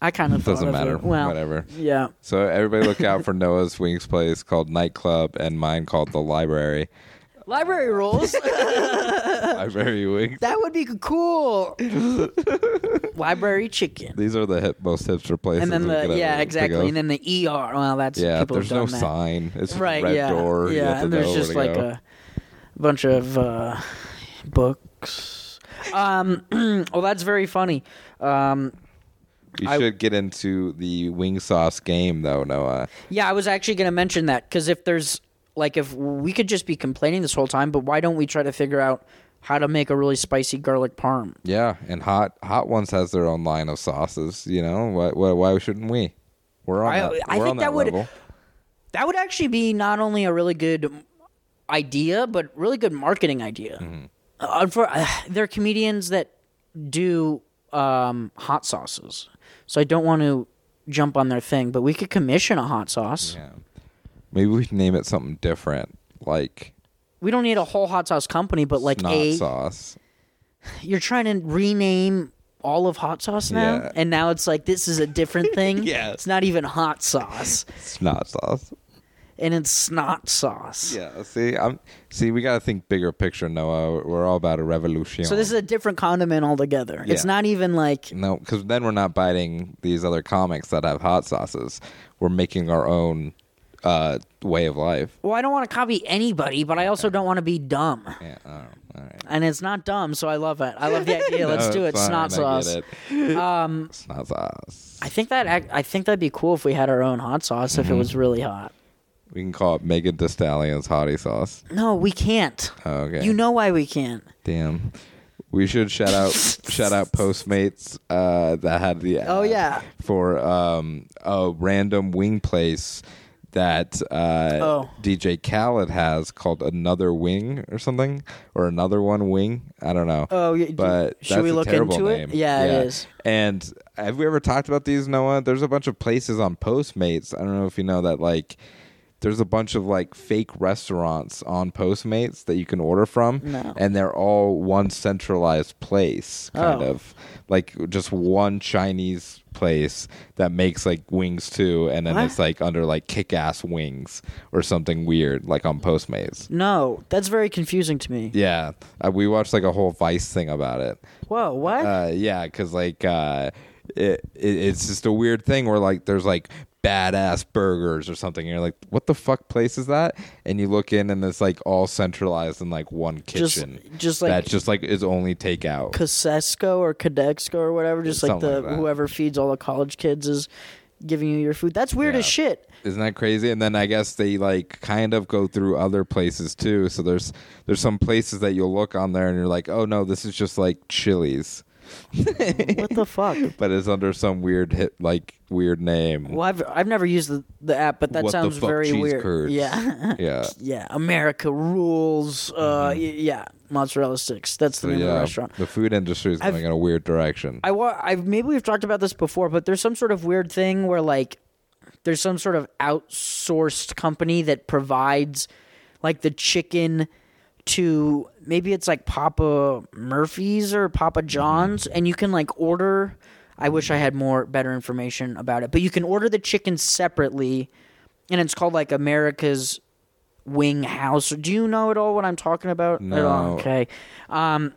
[SPEAKER 2] I kind of thought
[SPEAKER 1] Doesn't
[SPEAKER 2] of
[SPEAKER 1] matter.
[SPEAKER 2] It. Well,
[SPEAKER 1] Whatever.
[SPEAKER 2] Yeah.
[SPEAKER 1] So everybody look out
[SPEAKER 2] (laughs)
[SPEAKER 1] for Noah's Wings place called Nightclub and mine called The Library.
[SPEAKER 2] Library (laughs) rules.
[SPEAKER 1] Library Wings.
[SPEAKER 2] that would be
[SPEAKER 1] (laughs)
[SPEAKER 2] cool. Library chicken.
[SPEAKER 1] These are the hip, most hipster places.
[SPEAKER 2] And then
[SPEAKER 1] we could
[SPEAKER 2] the
[SPEAKER 1] ever
[SPEAKER 2] yeah,
[SPEAKER 1] think of.
[SPEAKER 2] exactly. And then the ER. Well, that's
[SPEAKER 1] yeah,
[SPEAKER 2] people have
[SPEAKER 1] there's no
[SPEAKER 2] done that.
[SPEAKER 1] sign. It's just
[SPEAKER 2] Right,
[SPEAKER 1] red
[SPEAKER 2] yeah.
[SPEAKER 1] door. You have
[SPEAKER 2] Yeah,
[SPEAKER 1] to
[SPEAKER 2] and there's
[SPEAKER 1] know
[SPEAKER 2] just
[SPEAKER 1] where
[SPEAKER 2] like
[SPEAKER 1] to go.
[SPEAKER 2] a bunch of uh, books. (clears throat) Um, well, that's very funny. Um,
[SPEAKER 1] You
[SPEAKER 2] I-
[SPEAKER 1] should get into the wing sauce game though, Noah.
[SPEAKER 2] Yeah, I was actually going to mention that because if there's like if we could just be complaining this whole time, but why don't we try to figure out how to make a really spicy garlic parm?
[SPEAKER 1] Yeah, and hot hot ones has their own line of sauces. You know why? Why, why shouldn't we? We're on.
[SPEAKER 2] I-
[SPEAKER 1] that,
[SPEAKER 2] I
[SPEAKER 1] we're
[SPEAKER 2] think
[SPEAKER 1] on
[SPEAKER 2] that would-
[SPEAKER 1] level.
[SPEAKER 2] That would actually be not only a really good idea, but really good marketing idea.
[SPEAKER 1] Mm-hmm.
[SPEAKER 2] Uh, for, uh, there are comedians that do um, hot sauces, so I don't want to jump on their thing, but we could commission a hot sauce.
[SPEAKER 1] Yeah. Maybe we should name it something different, like
[SPEAKER 2] We don't need a whole hot sauce company, but like
[SPEAKER 1] not
[SPEAKER 2] a
[SPEAKER 1] sauce.
[SPEAKER 2] you're trying to rename all of hot sauce now
[SPEAKER 1] Yeah.
[SPEAKER 2] and now it's like this is a different
[SPEAKER 1] (laughs)
[SPEAKER 2] thing
[SPEAKER 1] Yeah.
[SPEAKER 2] it's not even hot sauce
[SPEAKER 1] It's not sauce.
[SPEAKER 2] and it's snot sauce
[SPEAKER 1] Yeah. See, I'm. See, we got to think bigger picture, Noah. We're all about a revolution.
[SPEAKER 2] so this is a different condiment altogether it's
[SPEAKER 1] Yeah.
[SPEAKER 2] not even like
[SPEAKER 1] No, because then we're not biting these other comics that have hot sauces. We're making our own uh, way of life.
[SPEAKER 2] well i don't want to copy anybody but i also don't want to be dumb
[SPEAKER 1] Yeah. All right. All right.
[SPEAKER 2] and it's not dumb so i love it i love the
[SPEAKER 1] (laughs)
[SPEAKER 2] idea let's
[SPEAKER 1] No,
[SPEAKER 2] do it
[SPEAKER 1] it's fine,
[SPEAKER 2] snot
[SPEAKER 1] I get
[SPEAKER 2] sauce Um,
[SPEAKER 1] it. (laughs) snot sauce.
[SPEAKER 2] i think that ac- i think that'd be cool if we had our own hot sauce if it
[SPEAKER 1] Mm-hmm.
[SPEAKER 2] was really hot
[SPEAKER 1] We can call it Megan Thee Stallion's hottie sauce.
[SPEAKER 2] no we can't
[SPEAKER 1] Okay.
[SPEAKER 2] you know why we can't
[SPEAKER 1] Damn. We should shout out shout out Postmates uh, that had the ad
[SPEAKER 2] Oh, yeah.
[SPEAKER 1] for um, a random wing place that uh,
[SPEAKER 2] Oh.
[SPEAKER 1] DJ Khaled has called Another Wing or something or Another One Wing. I don't know.
[SPEAKER 2] Oh, y- d-
[SPEAKER 1] but
[SPEAKER 2] should
[SPEAKER 1] that's
[SPEAKER 2] we
[SPEAKER 1] a
[SPEAKER 2] look
[SPEAKER 1] terrible
[SPEAKER 2] into it?
[SPEAKER 1] name.
[SPEAKER 2] Yeah, it is.
[SPEAKER 1] And have we ever talked about these, Noah? There's a bunch of places on Postmates. I don't know if you know that, like, there's a bunch of like fake restaurants on Postmates that you can order from,
[SPEAKER 2] No.
[SPEAKER 1] and they're all one centralized place, kind
[SPEAKER 2] Oh.
[SPEAKER 1] of like just one Chinese place that makes like wings too, and then
[SPEAKER 2] What?
[SPEAKER 1] it's like under like kick ass wings or something weird, like on Postmates.
[SPEAKER 2] no that's very confusing to me
[SPEAKER 1] Yeah, uh, we watched like a whole Vice thing about it.
[SPEAKER 2] whoa what
[SPEAKER 1] Uh, yeah, because like uh, it, it it's just a weird thing where like there's like badass burgers or something. And you're like, what the fuck place is that? And you look in and it's like all centralized in like one
[SPEAKER 2] Just-
[SPEAKER 1] kitchen.
[SPEAKER 2] just like-
[SPEAKER 1] that's just like is only takeout.
[SPEAKER 2] Casesco or Cadexco or whatever, just like
[SPEAKER 1] Something
[SPEAKER 2] the
[SPEAKER 1] like that.
[SPEAKER 2] whoever feeds all the college kids is giving you your food. That's weird
[SPEAKER 1] Yeah.
[SPEAKER 2] as shit.
[SPEAKER 1] Isn't that crazy? And then I guess they like kind of go through other places too. So there's there's some places that you'll look on there and you're like, oh no, this is just like Chili's,
[SPEAKER 2] What the
[SPEAKER 1] (laughs)
[SPEAKER 2] fuck?
[SPEAKER 1] but it's under some weird hit like weird name.
[SPEAKER 2] Well, I've I've never used the, the app, but that
[SPEAKER 1] What the
[SPEAKER 2] sounds
[SPEAKER 1] fuck,
[SPEAKER 2] very
[SPEAKER 1] cheese
[SPEAKER 2] weird.
[SPEAKER 1] curds?
[SPEAKER 2] Yeah, (laughs)
[SPEAKER 1] Yeah.
[SPEAKER 2] yeah. America rules. Uh, y- yeah, mozzarella sticks. That's the name of the
[SPEAKER 1] Mm-hmm. yeah,
[SPEAKER 2] restaurant.
[SPEAKER 1] the food industry is
[SPEAKER 2] I've-
[SPEAKER 1] going in a weird direction.
[SPEAKER 2] I wa- I've maybe we've talked about this before, but there's some sort of weird thing where like there's some sort of outsourced company that provides like the chicken to maybe it's like Papa Murphy's or Papa John's and you can like order I wish I had more better information about it, but you can order the chicken separately and it's called like America's Wing House. Do you know at all what I'm talking about? At all?
[SPEAKER 1] No.
[SPEAKER 2] Okay. Um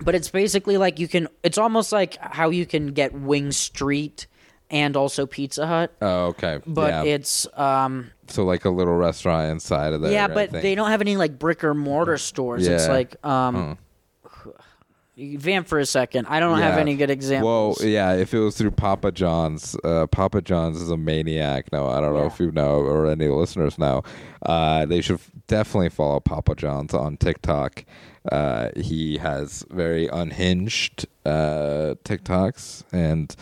[SPEAKER 2] but it's basically like you can it's almost like how you can get wing street and also pizza hut
[SPEAKER 1] oh, okay.
[SPEAKER 2] but
[SPEAKER 1] yeah.
[SPEAKER 2] it's um
[SPEAKER 1] so like a little restaurant inside of there.
[SPEAKER 2] yeah
[SPEAKER 1] I
[SPEAKER 2] but
[SPEAKER 1] think.
[SPEAKER 2] they don't have any like brick or mortar stores it's
[SPEAKER 1] Yeah.
[SPEAKER 2] like um you (sighs) vamp for a second i don't have
[SPEAKER 1] Yeah.
[SPEAKER 2] any good examples
[SPEAKER 1] Well, yeah, if it was through Papa John's, uh, Papa John's is a maniac. No, I don't know
[SPEAKER 2] Yeah.
[SPEAKER 1] if you know or any listeners know. Uh, they should f- definitely follow Papa John's on TikTok. Uh, he has very unhinged uh, TikToks, and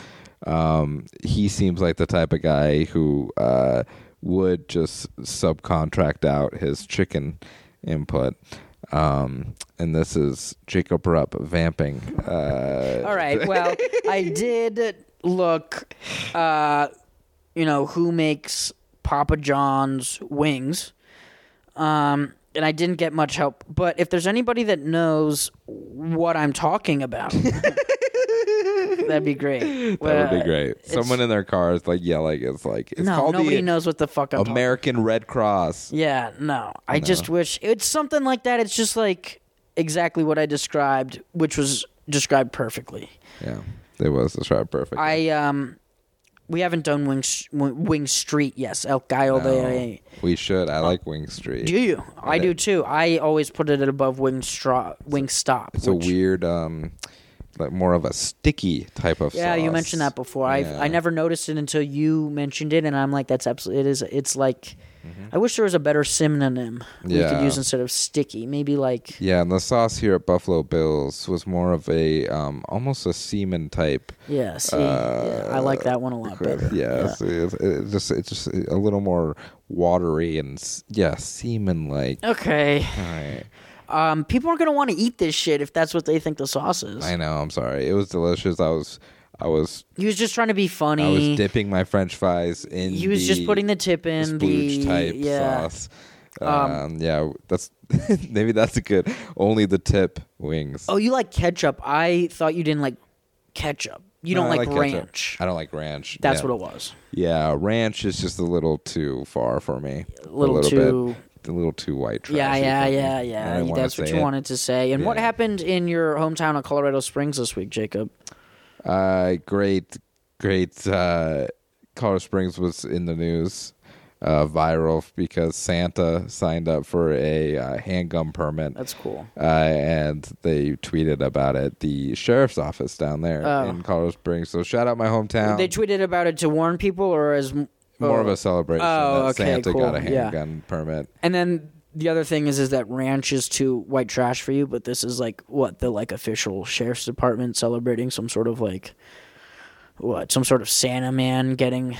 [SPEAKER 1] um, he seems like the type of guy who uh, would just subcontract out his chicken input. Um, and this is Jacob Rupp vamping. Uh, (laughs)
[SPEAKER 2] all right well i did look uh you know who makes papa john's wings um, and I didn't get much help. But if there's anybody that knows what I'm
[SPEAKER 1] (laughs)
[SPEAKER 2] talking about, that'd be great.
[SPEAKER 1] That would
[SPEAKER 2] Uh,
[SPEAKER 1] be great. Someone in their car is like yelling. It's like it's
[SPEAKER 2] No,
[SPEAKER 1] called
[SPEAKER 2] nobody
[SPEAKER 1] the
[SPEAKER 2] knows what the fuck I'm talking.
[SPEAKER 1] American Red Cross.
[SPEAKER 2] Yeah, no. I just wish it's something like that. It's just like exactly what I described, which was described perfectly.
[SPEAKER 1] Yeah, it was described perfect.
[SPEAKER 2] I um, we haven't done Wing Sh- Wing Wing Street. Yes, El Gallo de.
[SPEAKER 1] we should. I like Wing Street.
[SPEAKER 2] Uh, Do you? I do too. I always put it above Wing Straw Wing Stop.
[SPEAKER 1] it's a weird, um, like more of a sticky type of.
[SPEAKER 2] Yeah, you
[SPEAKER 1] sauce.
[SPEAKER 2] mentioned that before.
[SPEAKER 1] Yeah.
[SPEAKER 2] I I never noticed it until you mentioned it, and I'm like, that's absolutely it is. It's like, I wish there was a better synonym we could
[SPEAKER 1] Mm-hmm. Yeah.
[SPEAKER 2] use instead of sticky. Maybe like
[SPEAKER 1] Yeah, and the sauce here at Buffalo Bills was more of a um, almost a semen type.
[SPEAKER 2] yeah, see, yeah, I like that one a lot better.
[SPEAKER 1] Uh, Yeah, it's- it's- it's just it's just a little more watery and s- yeah, semen like.
[SPEAKER 2] Yeah. Okay.
[SPEAKER 1] All right.
[SPEAKER 2] Um, people are gonna want to eat this shit if that's what they think the sauce is.
[SPEAKER 1] I know. I'm sorry. It was delicious. I was, I was,
[SPEAKER 2] he was just trying to be funny.
[SPEAKER 1] I was dipping my French fries in.
[SPEAKER 2] he was just putting the tip
[SPEAKER 1] splooge
[SPEAKER 2] in the
[SPEAKER 1] type
[SPEAKER 2] yeah.
[SPEAKER 1] sauce. Um, yeah, that's (laughs) maybe that's a good. Only the tip wings.
[SPEAKER 2] Oh, you like ketchup? I thought you didn't like ketchup. You
[SPEAKER 1] No,
[SPEAKER 2] don't
[SPEAKER 1] I
[SPEAKER 2] like,
[SPEAKER 1] ketchup.
[SPEAKER 2] ranch.
[SPEAKER 1] I don't like ranch.
[SPEAKER 2] That's
[SPEAKER 1] yeah.
[SPEAKER 2] what it was.
[SPEAKER 1] Yeah, ranch is just a little too far for me. A
[SPEAKER 2] little too-
[SPEAKER 1] Bit. A little too white. Trashy
[SPEAKER 2] Yeah, yeah,
[SPEAKER 1] for me.
[SPEAKER 2] yeah,
[SPEAKER 1] I
[SPEAKER 2] yeah.
[SPEAKER 1] didn't
[SPEAKER 2] You-
[SPEAKER 1] wanna
[SPEAKER 2] That's what
[SPEAKER 1] say
[SPEAKER 2] you
[SPEAKER 1] it.
[SPEAKER 2] wanted to say. And what
[SPEAKER 1] Yeah.
[SPEAKER 2] happened in your hometown of Colorado Springs this week, Jacob?
[SPEAKER 1] Uh, great, great. Uh, Colorado Springs was in the news, uh, viral because Santa signed up for a uh, handgun permit.
[SPEAKER 2] That's cool.
[SPEAKER 1] Uh, and they tweeted about it. The sheriff's office down there
[SPEAKER 2] Oh.
[SPEAKER 1] in Colorado Springs. So shout out my hometown.
[SPEAKER 2] They tweeted about it to warn people, or as
[SPEAKER 1] More of a celebration
[SPEAKER 2] Oh,
[SPEAKER 1] that
[SPEAKER 2] okay,
[SPEAKER 1] Santa
[SPEAKER 2] cool.
[SPEAKER 1] got a
[SPEAKER 2] Yeah.
[SPEAKER 1] handgun permit.
[SPEAKER 2] And then the other thing is, is that ranch is too white trash for you, but this is like what the like official sheriff's department celebrating some sort of like what some sort of Santa man getting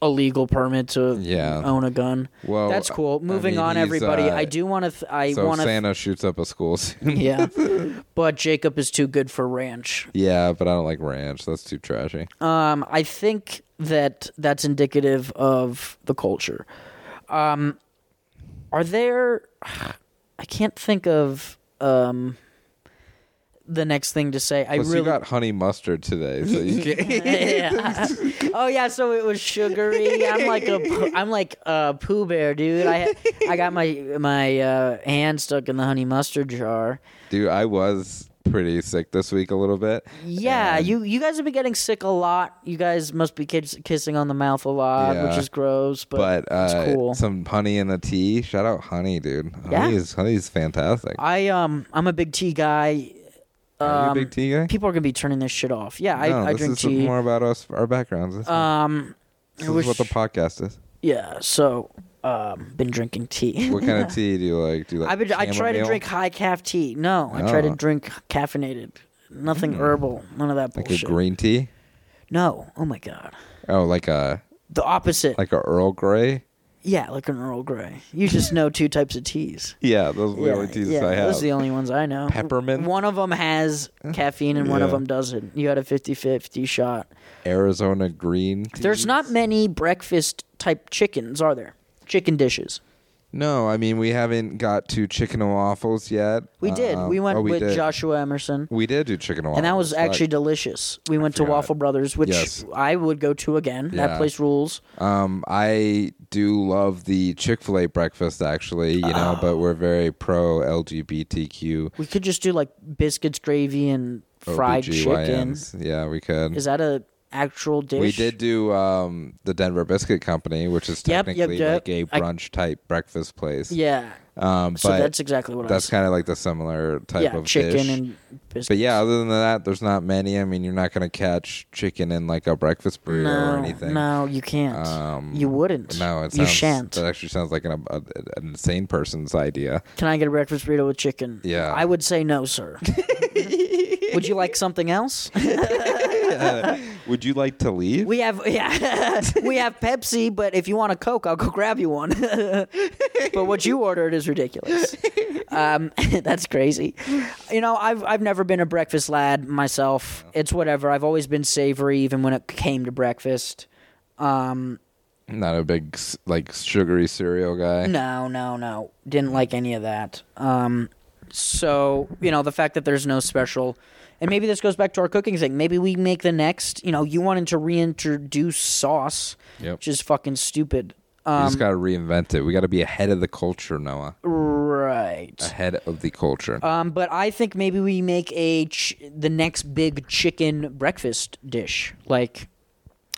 [SPEAKER 2] a legal permit to
[SPEAKER 1] Yeah.
[SPEAKER 2] own a gun.
[SPEAKER 1] Well,
[SPEAKER 2] That's cool.
[SPEAKER 1] I
[SPEAKER 2] Moving
[SPEAKER 1] mean,
[SPEAKER 2] on,
[SPEAKER 1] he's,
[SPEAKER 2] everybody.
[SPEAKER 1] uh,
[SPEAKER 2] I do want to. Th- I
[SPEAKER 1] so
[SPEAKER 2] want to.
[SPEAKER 1] Santa shoots up a school (laughs) soon.
[SPEAKER 2] yeah, but Jacob is too good for ranch.
[SPEAKER 1] yeah, but I don't like ranch. That's too trashy.
[SPEAKER 2] Um, I think that that's indicative of the culture. Um, are there? I can't think of um, the next thing to say. I
[SPEAKER 1] Plus,
[SPEAKER 2] really.
[SPEAKER 1] you got honey mustard today, so you can't.
[SPEAKER 2] (laughs) Yeah. oh yeah, so it was sugary. I'm like a, poo- I'm like a poo bear, dude. I, I got my my uh, hand stuck in the honey mustard jar.
[SPEAKER 1] Dude, I was pretty sick this week a little bit.
[SPEAKER 2] Yeah,
[SPEAKER 1] And-
[SPEAKER 2] you you guys have been getting sick a lot. You guys must be kids, kissing on the mouth a lot,
[SPEAKER 1] Yeah.
[SPEAKER 2] which is gross, but,
[SPEAKER 1] but uh,
[SPEAKER 2] it's cool.
[SPEAKER 1] some honey in the tea. Shout out honey, dude. Honey
[SPEAKER 2] Yeah.
[SPEAKER 1] is honey's fantastic.
[SPEAKER 2] I um I'm a big tea guy.
[SPEAKER 1] Are you a
[SPEAKER 2] Um,
[SPEAKER 1] big tea guy?
[SPEAKER 2] people are gonna be turning this shit off. Yeah,
[SPEAKER 1] no,
[SPEAKER 2] I, I
[SPEAKER 1] this
[SPEAKER 2] drink
[SPEAKER 1] is
[SPEAKER 2] tea.
[SPEAKER 1] more about us, our backgrounds. This,
[SPEAKER 2] um,
[SPEAKER 1] this
[SPEAKER 2] I
[SPEAKER 1] is what
[SPEAKER 2] wish-
[SPEAKER 1] the podcast
[SPEAKER 2] (laughs)
[SPEAKER 1] is.
[SPEAKER 2] yeah. So, um, been drinking tea. (laughs)
[SPEAKER 1] What kind of tea do you like? Do you like?
[SPEAKER 2] I I try to
[SPEAKER 1] chamomile?
[SPEAKER 2] drink high calf tea. No, I try to
[SPEAKER 1] Oh. Mm.
[SPEAKER 2] drink caffeinated. Nothing herbal. None of that
[SPEAKER 1] like
[SPEAKER 2] bullshit.
[SPEAKER 1] a green tea.
[SPEAKER 2] no. Oh my god.
[SPEAKER 1] Oh, like a
[SPEAKER 2] The opposite.
[SPEAKER 1] like a Earl Grey.
[SPEAKER 2] yeah, like an Earl Grey. You just know two types
[SPEAKER 1] (laughs)
[SPEAKER 2] of teas.
[SPEAKER 1] Yeah, those are the only teas I have.
[SPEAKER 2] Those are the only ones I know.
[SPEAKER 1] Peppermint?
[SPEAKER 2] One of
[SPEAKER 1] (laughs)
[SPEAKER 2] them has caffeine and one of
[SPEAKER 1] Yeah.
[SPEAKER 2] them doesn't. You had a 50-50 shot.
[SPEAKER 1] Arizona green. Tea.
[SPEAKER 2] There's not many breakfast type chickens, are there? Chicken dishes.
[SPEAKER 1] No, I mean we haven't got to chicken and waffles yet.
[SPEAKER 2] We did.
[SPEAKER 1] Um,
[SPEAKER 2] We went
[SPEAKER 1] oh,
[SPEAKER 2] with
[SPEAKER 1] did.
[SPEAKER 2] Joshua Emerson.
[SPEAKER 1] We did do chicken and waffles,
[SPEAKER 2] and that was
[SPEAKER 1] Fuck.
[SPEAKER 2] actually delicious. We went to
[SPEAKER 1] forgot.
[SPEAKER 2] Waffle Brothers, which
[SPEAKER 1] Yes.
[SPEAKER 2] I would go to again.
[SPEAKER 1] Yeah.
[SPEAKER 2] That place rules.
[SPEAKER 1] Um, I do love the Chick Fil A breakfast, actually. You
[SPEAKER 2] Ah.
[SPEAKER 1] know, but we're very pro LGBTQ
[SPEAKER 2] We could just do like biscuits, gravy, and fried chicken.
[SPEAKER 1] OBGYNs. Yeah, we could.
[SPEAKER 2] Is that a actual dish?
[SPEAKER 1] we did do um, the Denver Biscuit Company, which is
[SPEAKER 2] Yep, yep,
[SPEAKER 1] technically
[SPEAKER 2] yep.
[SPEAKER 1] like a
[SPEAKER 2] I-
[SPEAKER 1] brunch type breakfast place.
[SPEAKER 2] Yeah.
[SPEAKER 1] Um, but
[SPEAKER 2] So that's exactly what
[SPEAKER 1] that's
[SPEAKER 2] I
[SPEAKER 1] kind of like the similar type
[SPEAKER 2] was. Yeah,
[SPEAKER 1] of
[SPEAKER 2] chicken
[SPEAKER 1] dish.
[SPEAKER 2] and biscuits.
[SPEAKER 1] But yeah, other than that, there's not many. I mean, you're not gonna catch chicken in like a breakfast burrito
[SPEAKER 2] no,
[SPEAKER 1] or anything.
[SPEAKER 2] no, you can't.
[SPEAKER 1] Um,
[SPEAKER 2] you wouldn't.
[SPEAKER 1] No, it
[SPEAKER 2] you
[SPEAKER 1] sounds,
[SPEAKER 2] shan't.
[SPEAKER 1] That actually sounds like an, a, an insane person's idea.
[SPEAKER 2] Can I get a breakfast burrito with chicken?
[SPEAKER 1] Yeah.
[SPEAKER 2] I would say no, sir. would you like something else?
[SPEAKER 1] Would you like to leave?
[SPEAKER 2] We have (laughs) yeah, we have Pepsi, but if you want a Coke, I'll go grab you one. (laughs) but what you ordered is ridiculous. Um, (laughs) that's crazy. You know, I've I've never been a breakfast lad myself. It's whatever. I've always been savory, even when it came to breakfast. Um,
[SPEAKER 1] not a big s- like sugary cereal guy.
[SPEAKER 2] no, no, no, didn't like any of that. Um, so you know, the fact that there's no special. And maybe this goes back to our cooking thing. Maybe we make the next. You know, you wanted to reintroduce sauce
[SPEAKER 1] Yep.
[SPEAKER 2] which is fucking stupid.
[SPEAKER 1] we
[SPEAKER 2] Um,
[SPEAKER 1] just gotta reinvent it. We gotta be ahead of the culture, Noah.
[SPEAKER 2] right.
[SPEAKER 1] Ahead of the culture.
[SPEAKER 2] Um, but I think maybe we make a ch- the next big chicken breakfast dish, like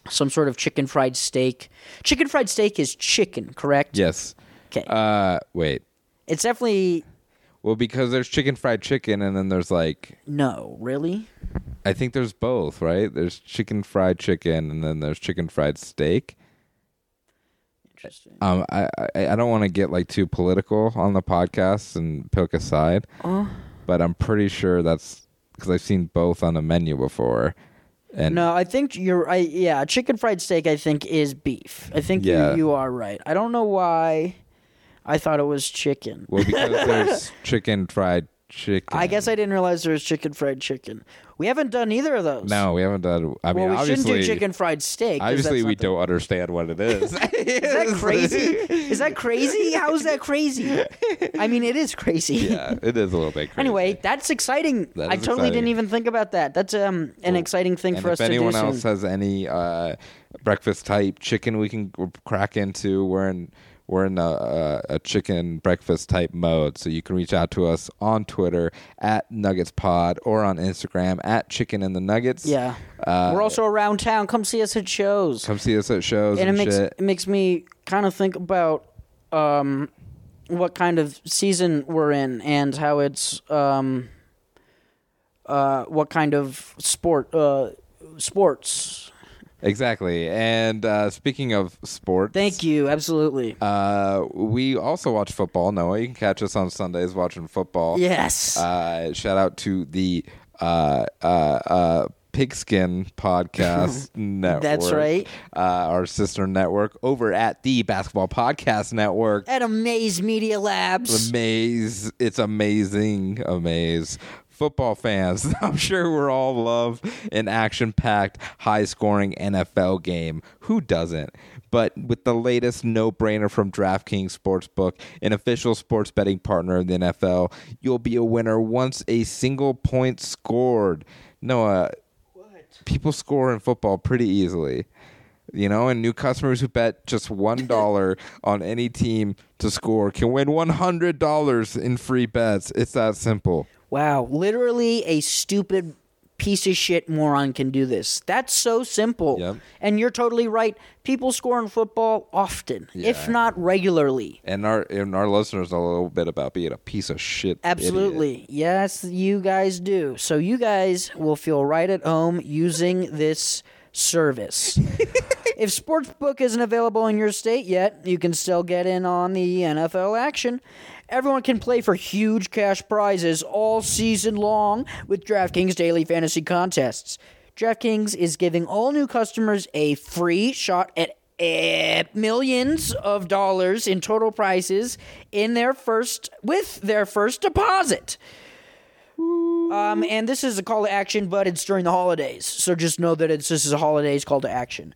[SPEAKER 2] some sort of chicken fried steak. Chicken fried steak is chicken, correct?
[SPEAKER 1] yes.
[SPEAKER 2] Okay.
[SPEAKER 1] Uh, wait.
[SPEAKER 2] it's definitely
[SPEAKER 1] Well, because there's chicken fried chicken, and then there's like
[SPEAKER 2] no, really.
[SPEAKER 1] I think there's both, right? There's chicken fried chicken, and then there's chicken fried steak.
[SPEAKER 2] Interesting.
[SPEAKER 1] Um, I I, I don't want to get like too political on the podcast and pick a side,
[SPEAKER 2] Oh.
[SPEAKER 1] but I'm pretty sure that's because I've seen both on the menu before. And
[SPEAKER 2] No, I think you're. I yeah, chicken fried steak. I think is beef. I think
[SPEAKER 1] Yeah.
[SPEAKER 2] you, you are right. I don't know why. I thought it was chicken.
[SPEAKER 1] well, because
[SPEAKER 2] (laughs)
[SPEAKER 1] there's chicken fried chicken.
[SPEAKER 2] I guess I didn't realize there was chicken fried chicken. We haven't done either of those.
[SPEAKER 1] no, we haven't done. I mean,
[SPEAKER 2] well, we shouldn't
[SPEAKER 1] obviously,
[SPEAKER 2] do chicken fried steak. 'cause
[SPEAKER 1] obviously,
[SPEAKER 2] that's
[SPEAKER 1] we
[SPEAKER 2] not the-
[SPEAKER 1] don't understand what it is.
[SPEAKER 2] (laughs) Is
[SPEAKER 1] (laughs)
[SPEAKER 2] that crazy? is that crazy? How is that crazy? I mean, it is crazy. (laughs)
[SPEAKER 1] yeah, it is a little bit. Crazy.
[SPEAKER 2] Anyway, that's exciting.
[SPEAKER 1] That
[SPEAKER 2] I
[SPEAKER 1] is
[SPEAKER 2] totally didn't
[SPEAKER 1] exciting.
[SPEAKER 2] even think about that. That's um an exciting thing
[SPEAKER 1] and
[SPEAKER 2] for
[SPEAKER 1] if
[SPEAKER 2] us to do
[SPEAKER 1] anyone
[SPEAKER 2] soon.
[SPEAKER 1] else has any uh, breakfast type chicken, we can g- crack into. We're in we're in a, a, a chicken breakfast type mode, so you can reach out to us on Twitter at Nuggets Pod or on Instagram at Chicken and the Nuggets.
[SPEAKER 2] yeah,
[SPEAKER 1] uh,
[SPEAKER 2] we're also around town. Come see us at shows.
[SPEAKER 1] come see us at shows
[SPEAKER 2] and
[SPEAKER 1] and,
[SPEAKER 2] it makes
[SPEAKER 1] shit.
[SPEAKER 2] it makes me kind of think about um, what kind of season we're in and how it's um, uh, what kind of sport uh, sports.
[SPEAKER 1] Exactly. And uh, speaking of sports,
[SPEAKER 2] Thank you, absolutely.
[SPEAKER 1] Uh, we also watch football. Noah, you can catch us on Sundays watching football.
[SPEAKER 2] yes,
[SPEAKER 1] Uh, shout out to the uh, uh, uh, Pigskin
[SPEAKER 2] (laughs)
[SPEAKER 1] Podcast Network.
[SPEAKER 2] right.
[SPEAKER 1] Uh, our sister network over at the Basketball Podcast Network.
[SPEAKER 2] at Amaze Media Labs.
[SPEAKER 1] Amaze. It's amazing. Amaze. Football fans, (laughs) I'm sure we're all love an action packed, high scoring NFL game. Who doesn't? But with the latest no brainer from DraftKings Sportsbook, an official sports betting partner of the NFL, you'll be a winner once a single point scored. Noah, people score in football pretty easily. You know, and new customers who bet just one dollar on any team to score can win one hundred dollars in free bets. It's that simple.
[SPEAKER 2] Wow, literally a stupid piece of shit moron can do this. That's so simple.
[SPEAKER 1] Yep.
[SPEAKER 2] And you're totally right. People score in football often, if
[SPEAKER 1] Yeah.
[SPEAKER 2] not regularly.
[SPEAKER 1] And our and our listeners know a little bit about being a piece of shit.
[SPEAKER 2] Absolutely.
[SPEAKER 1] idiot.
[SPEAKER 2] Yes, you guys do. So you guys will feel right at home using this service. if Sportsbook isn't available in your state yet, you can still get in on the NFL action. Everyone can play for huge cash prizes all season long with DraftKings daily fantasy contests. DraftKings is giving all new customers a free shot at eh, millions of dollars in total prizes in their first with their first deposit. Um, and this is a call to action, but it's during the holidays, so just know that it's this is a holidays call to action.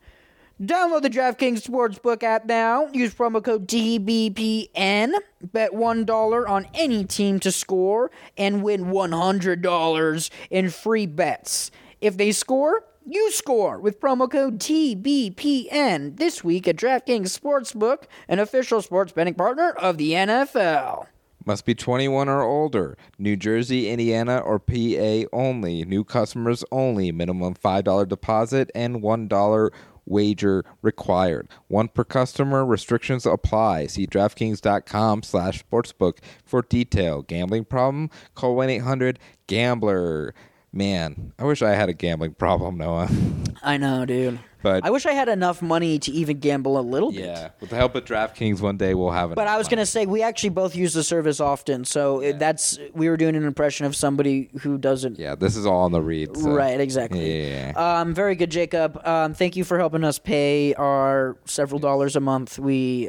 [SPEAKER 2] Download the DraftKings Sportsbook app now. Use promo code DBPN. Bet one dollar on any team to score and win one hundred dollars in free bets. If they score, you score with promo code TBPN this week at DraftKings Sportsbook, an official sports betting partner of the NFL.
[SPEAKER 1] Must be 21 or older. New Jersey, Indiana, or PA only. New customers only. Minimum $5 deposit and $1 wager required. One per customer. Restrictions apply. See DraftKings.com slash sportsbook for detail. Gambling problem? Call 1-800-GAMBLER. Man, I wish I had a gambling problem, Noah. (laughs)
[SPEAKER 2] I know, dude.
[SPEAKER 1] But-
[SPEAKER 2] I wish I had enough money to even gamble a little bit.
[SPEAKER 1] yeah. With the help of DraftKings, one day we'll have it.
[SPEAKER 2] But I was going to say we actually both use the service often, so it- that's we were doing an impression of somebody who doesn't.
[SPEAKER 1] Yeah, this is all on the read. so-
[SPEAKER 2] Right, exactly.
[SPEAKER 1] Yeah.
[SPEAKER 2] Um, very good, Jacob. Um, thank you for helping us pay our several dollars a month we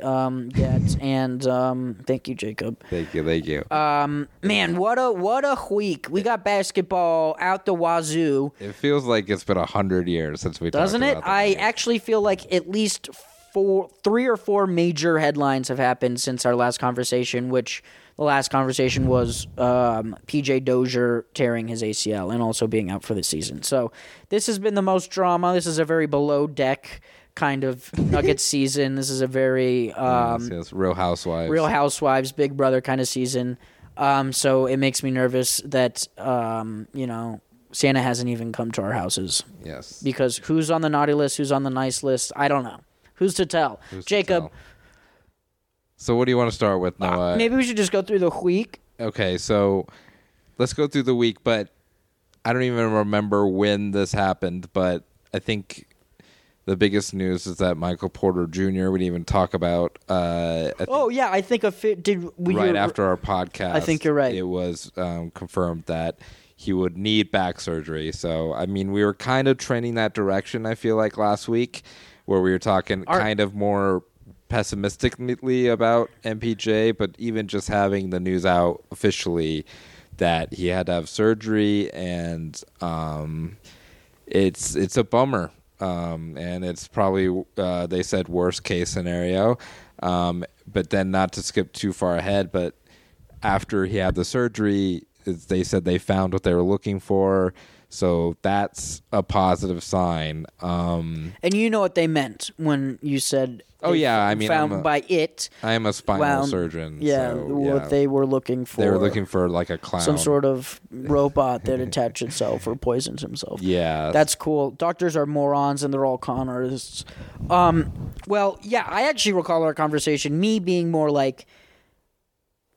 [SPEAKER 1] (laughs)
[SPEAKER 2] um, get, and um, thank you, Jacob.
[SPEAKER 1] Thank you, thank you.
[SPEAKER 2] Um, man, what a what a week! We got basketball out the wazoo.
[SPEAKER 1] It feels like it's been a hundred years since we
[SPEAKER 2] Doesn't
[SPEAKER 1] talked
[SPEAKER 2] it?
[SPEAKER 1] about the
[SPEAKER 2] I
[SPEAKER 1] Knicks.
[SPEAKER 2] actually feel like at least four, three or four major headlines have happened since our last conversation. Which the last conversation was um, PJ Dozier tearing his ACL and also being out for the season. So this has been the most drama. This is a very below deck
[SPEAKER 1] (laughs)
[SPEAKER 2] kind of Nuggets season. This is a very um,
[SPEAKER 1] It's- it's Real Housewives.
[SPEAKER 2] Real Housewives, Big Brother kind of season. Um, so it makes me nervous that um, you know Santa hasn't even come to our houses
[SPEAKER 1] yes.
[SPEAKER 2] because who's on the naughty list, who's on the nice list, I don't know. Who's to tell?
[SPEAKER 1] Who's to
[SPEAKER 2] Jacob,
[SPEAKER 1] tell? So what do you want to start with, Noah?
[SPEAKER 2] maybe we should just go through the week.
[SPEAKER 1] okay, so let's go through the week, but I don't even remember when this happened, but I think the biggest news is that Michael Porter Jr. we didn't even talk about uh, at
[SPEAKER 2] Oh yeah, I think a fit did we
[SPEAKER 1] right
[SPEAKER 2] you-
[SPEAKER 1] after our podcast.
[SPEAKER 2] I think you're right.
[SPEAKER 1] It was um, confirmed that he would need back surgery. So, I mean, we were kind of trending that direction, I feel like, last week, where we were talking
[SPEAKER 2] Our-
[SPEAKER 1] kind of more pessimistically about MPJ, but even just having the news out officially that he had to have surgery and um, it's it's a bummer, um, and it's probably uh, they said worst case scenario. Um, but then, not to skip too far ahead, but after he had the surgery, it's- they said they found what they were looking for, so that's a positive sign. Um,
[SPEAKER 2] And you know what they meant when you said
[SPEAKER 1] Oh,
[SPEAKER 2] they
[SPEAKER 1] yeah, I mean,
[SPEAKER 2] found
[SPEAKER 1] I'm a-
[SPEAKER 2] by it.
[SPEAKER 1] I am a spinal
[SPEAKER 2] wound-
[SPEAKER 1] surgeon.
[SPEAKER 2] Yeah,
[SPEAKER 1] so, yeah.
[SPEAKER 2] what they were looking for.
[SPEAKER 1] They were looking for like a clown,
[SPEAKER 2] some sort
[SPEAKER 1] (laughs)
[SPEAKER 2] of robot that attached itself or poisons himself.
[SPEAKER 1] Yeah,
[SPEAKER 2] That's cool. Doctors are morons and they're all con artists. Um, well, yeah, I actually recall our conversation, me being more like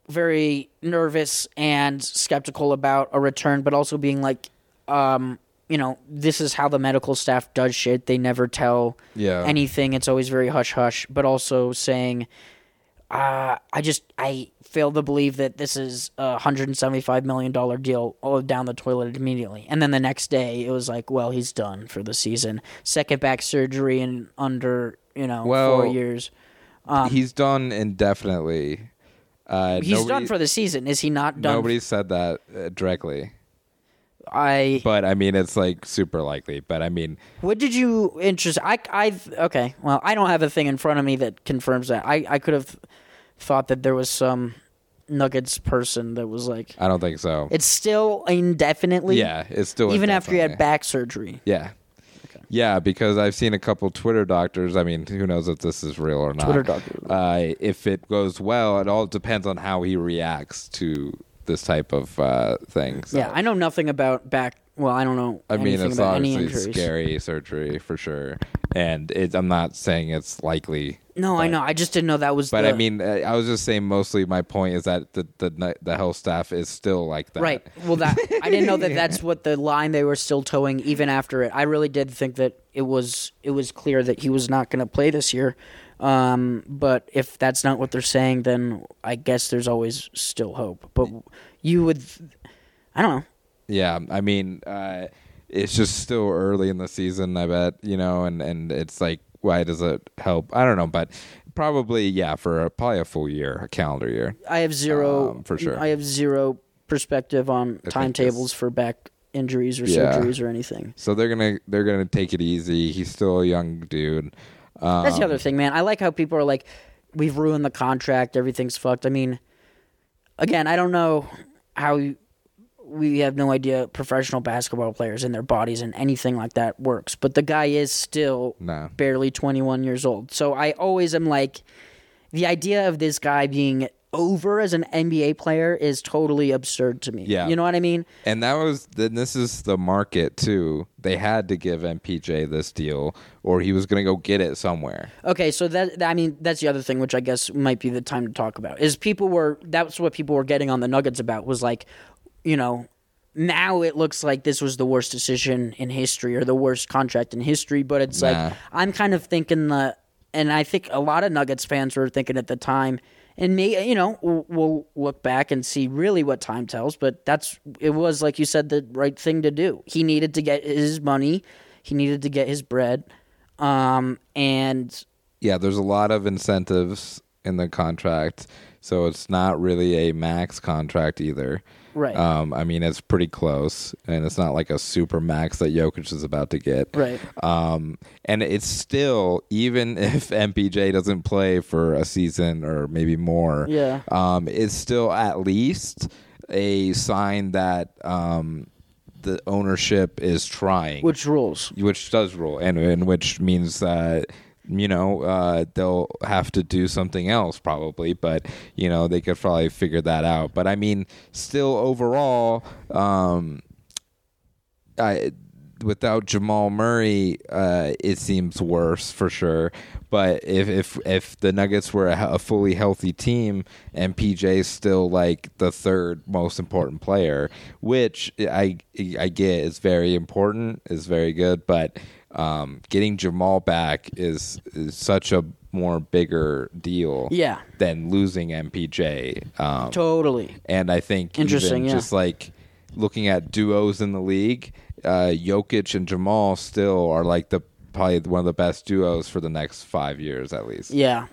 [SPEAKER 2] very nervous and skeptical about a return, but also being like, um, you know, this is how the medical staff does shit. They never tell
[SPEAKER 1] Yeah.
[SPEAKER 2] anything. It's always very hush hush, but also saying, uh, I just I fail to believe that this is a hundred and seventy five million dollar deal all down the toilet immediately. And then the next day it was like, well, he's done for the season. Second back surgery in under you know four
[SPEAKER 1] Well,
[SPEAKER 2] years.
[SPEAKER 1] he's done indefinitely. Uh,
[SPEAKER 2] um, He's done for the season. Is he not done?
[SPEAKER 1] Nobody said that uh, directly.
[SPEAKER 2] I.
[SPEAKER 1] but I mean, it's like super likely. But I mean,
[SPEAKER 2] what did you interest? I I okay. Well, I don't have a thing in front of me that confirms that. I I could have thought that there was some Nuggets person that was like,
[SPEAKER 1] I don't think so.
[SPEAKER 2] it's still indefinitely.
[SPEAKER 1] yeah, it's still
[SPEAKER 2] Even after you had
[SPEAKER 1] indefinitely.
[SPEAKER 2] back surgery.
[SPEAKER 1] Yeah, yeah, because I've seen a couple Twitter doctors. I mean, who knows if this is real or not?
[SPEAKER 2] Twitter doctor.
[SPEAKER 1] Uh, if it goes well, it all depends on how he reacts to this type of uh, thing. So,
[SPEAKER 2] yeah, I know nothing about back. Well, I don't know.
[SPEAKER 1] I mean,
[SPEAKER 2] anything
[SPEAKER 1] it's
[SPEAKER 2] about any
[SPEAKER 1] obviously
[SPEAKER 2] injuries.
[SPEAKER 1] scary surgery for sure, and it, I'm not saying it's likely.
[SPEAKER 2] No, I know. I just didn't know that was.
[SPEAKER 1] But
[SPEAKER 2] the,
[SPEAKER 1] I mean, uh, I was just saying. Mostly, my point is that the the ni- the health staff is still like that.
[SPEAKER 2] right? Well, that I didn't
[SPEAKER 1] (laughs)
[SPEAKER 2] know that that's what the line they were still towing even after it. I really did think that it was it was clear that he was not going to play this year. Um, but if that's not what they're saying, then I guess there's always still hope. But you would, I don't know.
[SPEAKER 1] Yeah, I mean, uh, it's just still early in the season. I bet you know, and and it's like, why does it help? I don't know, but probably yeah, for a, probably a full year, a calendar year.
[SPEAKER 2] I have zero
[SPEAKER 1] Um, for sure.
[SPEAKER 2] I have zero perspective on
[SPEAKER 1] it's-
[SPEAKER 2] timetables for back injuries or
[SPEAKER 1] Yeah.
[SPEAKER 2] surgeries or anything.
[SPEAKER 1] So they're gonna they're gonna take it easy. He's still a young dude. Um,
[SPEAKER 2] That's the other thing, man. I like how people are like, "We've ruined the contract. Everything's fucked." I mean, again, I don't know how you- we have no idea professional basketball players and their bodies and anything like that works, but the guy is still
[SPEAKER 1] No.
[SPEAKER 2] barely 21 years old. So I always am like, the idea of this guy being over as an NBA player is totally absurd to me.
[SPEAKER 1] Yeah.
[SPEAKER 2] you know what I mean?
[SPEAKER 1] And that was then this is the market too. They had to give MPJ this deal or he was going to go get it somewhere.
[SPEAKER 2] Okay, so that that- I mean that's the other thing, which I guess might be the time to talk about is people were that's what people were getting on the Nuggets about was like, you know, now it looks like this was the worst decision in history or the worst contract in history, but it's
[SPEAKER 1] Nah.
[SPEAKER 2] like I'm kind of thinking the and I think a lot of Nuggets fans were thinking at the time. And me, you know, we'll- we'll look back and see really what time tells. But that's it was like you said the right thing to do. He needed to get his money, he needed to get his bread, um, and
[SPEAKER 1] Yeah, there's a lot of incentives in the contract. So it's not really a max contract either.
[SPEAKER 2] Right.
[SPEAKER 1] Um, I mean, it's pretty close, and it's not like a super max that Jokic is about to get.
[SPEAKER 2] Right.
[SPEAKER 1] Um, and it's still, even (laughs) if MPJ doesn't play for a season or maybe more,
[SPEAKER 2] Yeah.
[SPEAKER 1] um, it's still at least a sign that um, the ownership is trying,
[SPEAKER 2] Which rules?
[SPEAKER 1] which does rule, and, and which means that you know uh, they'll have to do something else probably, but you know they could probably figure that out. But I mean, still overall, um, I, without Jamal Murray, uh, it seems worse for sure. But if if if the Nuggets were a, a fully healthy team and PJ's still like the third most important player, which I I get is very important, is very good, but um, getting Jamal back is, is such a more bigger deal
[SPEAKER 2] Yeah.
[SPEAKER 1] than losing MPJ. Um,
[SPEAKER 2] Totally.
[SPEAKER 1] and I think
[SPEAKER 2] Interesting,
[SPEAKER 1] even
[SPEAKER 2] yeah.
[SPEAKER 1] just like looking at duos in the league, uh, Jokic and Jamal still are like the probably one of the best duos for the next five years at least.
[SPEAKER 2] Yeah.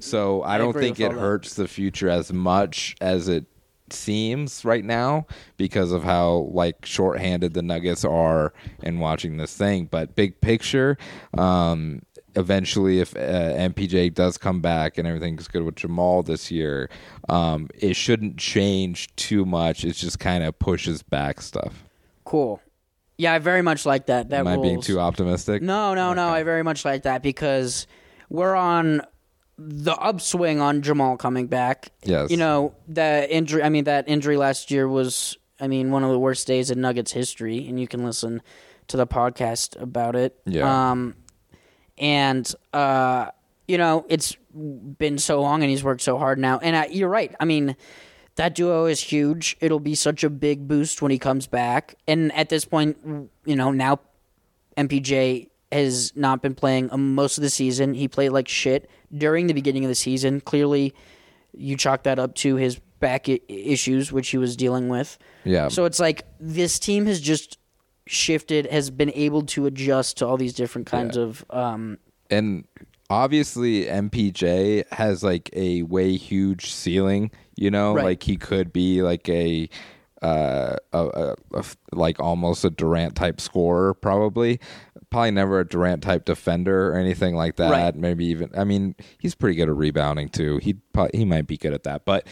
[SPEAKER 1] So I, don't
[SPEAKER 2] agree
[SPEAKER 1] think
[SPEAKER 2] with
[SPEAKER 1] it
[SPEAKER 2] all that.
[SPEAKER 1] hurts the future as much as it seems right now because of how like shorthanded the Nuggets are in watching this thing. But big picture, um, eventually, if uh, MPJ does come back and everything's good with Jamal this year, um, it shouldn't change too much. It just kind of pushes back stuff.
[SPEAKER 2] Cool. Yeah, I very much like that. That
[SPEAKER 1] Am I being
[SPEAKER 2] rules.
[SPEAKER 1] too optimistic?
[SPEAKER 2] No, no, no. I very much like that because we're on the upswing on Jamal coming back.
[SPEAKER 1] Yes.
[SPEAKER 2] You know, the injury I mean that injury last year was I mean one of the worst days in Nuggets history and you can listen to the podcast about it.
[SPEAKER 1] Yeah.
[SPEAKER 2] Um and uh you know, it's been so long and he's worked so hard now and I, you're right. I mean, that duo is huge. It'll be such a big boost when he comes back. And at this point, you know, now MPJ has not been playing um, most of the season. He played like shit during the beginning of the season. Clearly, you chalk that up to his back I- issues, which he was dealing with.
[SPEAKER 1] Yeah.
[SPEAKER 2] So it's like this team has just shifted, has been able to adjust to all these different kinds of. Um,
[SPEAKER 1] and obviously MPJ has like a way huge ceiling. You know,
[SPEAKER 2] Right.
[SPEAKER 1] like he could be like a, uh, a, a- a f- like almost a Durant type scorer, probably. Probably never a Durant type defender or anything like that.
[SPEAKER 2] Right.
[SPEAKER 1] Maybe even I mean he's pretty good at rebounding too. He he might be good at that, but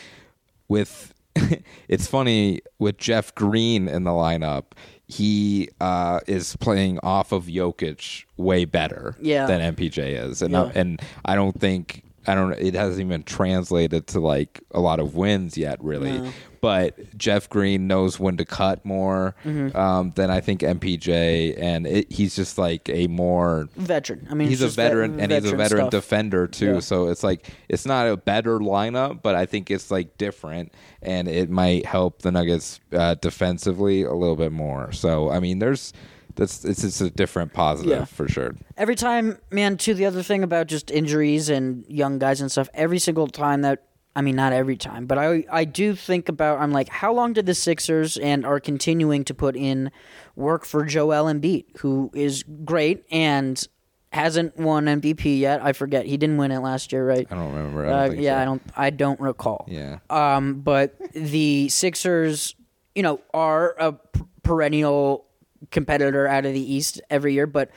[SPEAKER 1] with (laughs) it's funny with Jeff Green in the lineup, he uh, is playing off of Jokic way better
[SPEAKER 2] Yeah.
[SPEAKER 1] than MPJ is, and I,
[SPEAKER 2] Yeah.
[SPEAKER 1] and I don't think I don't. It hasn't even translated to like a lot of wins yet, really. But Jeff Green knows when to cut more
[SPEAKER 2] Mm-hmm.
[SPEAKER 1] um, than I think MPJ, and it, he's just like a more
[SPEAKER 2] Veteran. I mean,
[SPEAKER 1] he's
[SPEAKER 2] it's
[SPEAKER 1] a
[SPEAKER 2] just vet-
[SPEAKER 1] veteran and he's a veteran
[SPEAKER 2] stuff.
[SPEAKER 1] defender too.
[SPEAKER 2] Yeah.
[SPEAKER 1] So it's like it's not a better lineup, but I think it's like different and it might help the Nuggets uh, defensively a little bit more. So I mean, there's that's it's it's a different positive
[SPEAKER 2] Yeah.
[SPEAKER 1] for sure.
[SPEAKER 2] every time, man, too, the other thing about just injuries and young guys and stuff, every single time that, I mean, not every time, but I, I do think about, I'm like, how long did the Sixers and are continuing to put in work for Joel Embiid, who is great and hasn't won MVP yet. I forget. He didn't win it last year, right?
[SPEAKER 1] I don't remember. I don't
[SPEAKER 2] Uh,
[SPEAKER 1] think
[SPEAKER 2] yeah,
[SPEAKER 1] so.
[SPEAKER 2] I don't, I don't recall.
[SPEAKER 1] Yeah.
[SPEAKER 2] Um, but the Sixers, you know, are a p- perennial competitor out of the East every year, but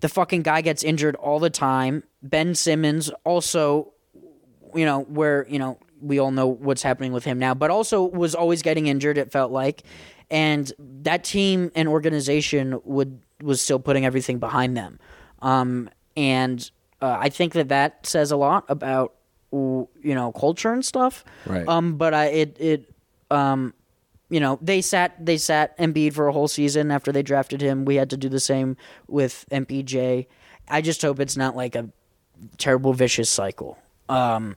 [SPEAKER 2] the fucking guy gets injured all the time. Ben Simmons also, you know, where, you know, we all know what's happening with him now, but also was always getting injured, it felt like. And that team and organization would was still putting everything behind them. Um, and uh, I think that that says a lot about, w- you know, culture and stuff.
[SPEAKER 1] Right.
[SPEAKER 2] Um, but I it it um, you know they sat they sat Embiid for a whole season after they drafted him. We had to do the same with MPJ. I just hope it's not like a terrible vicious cycle. Um,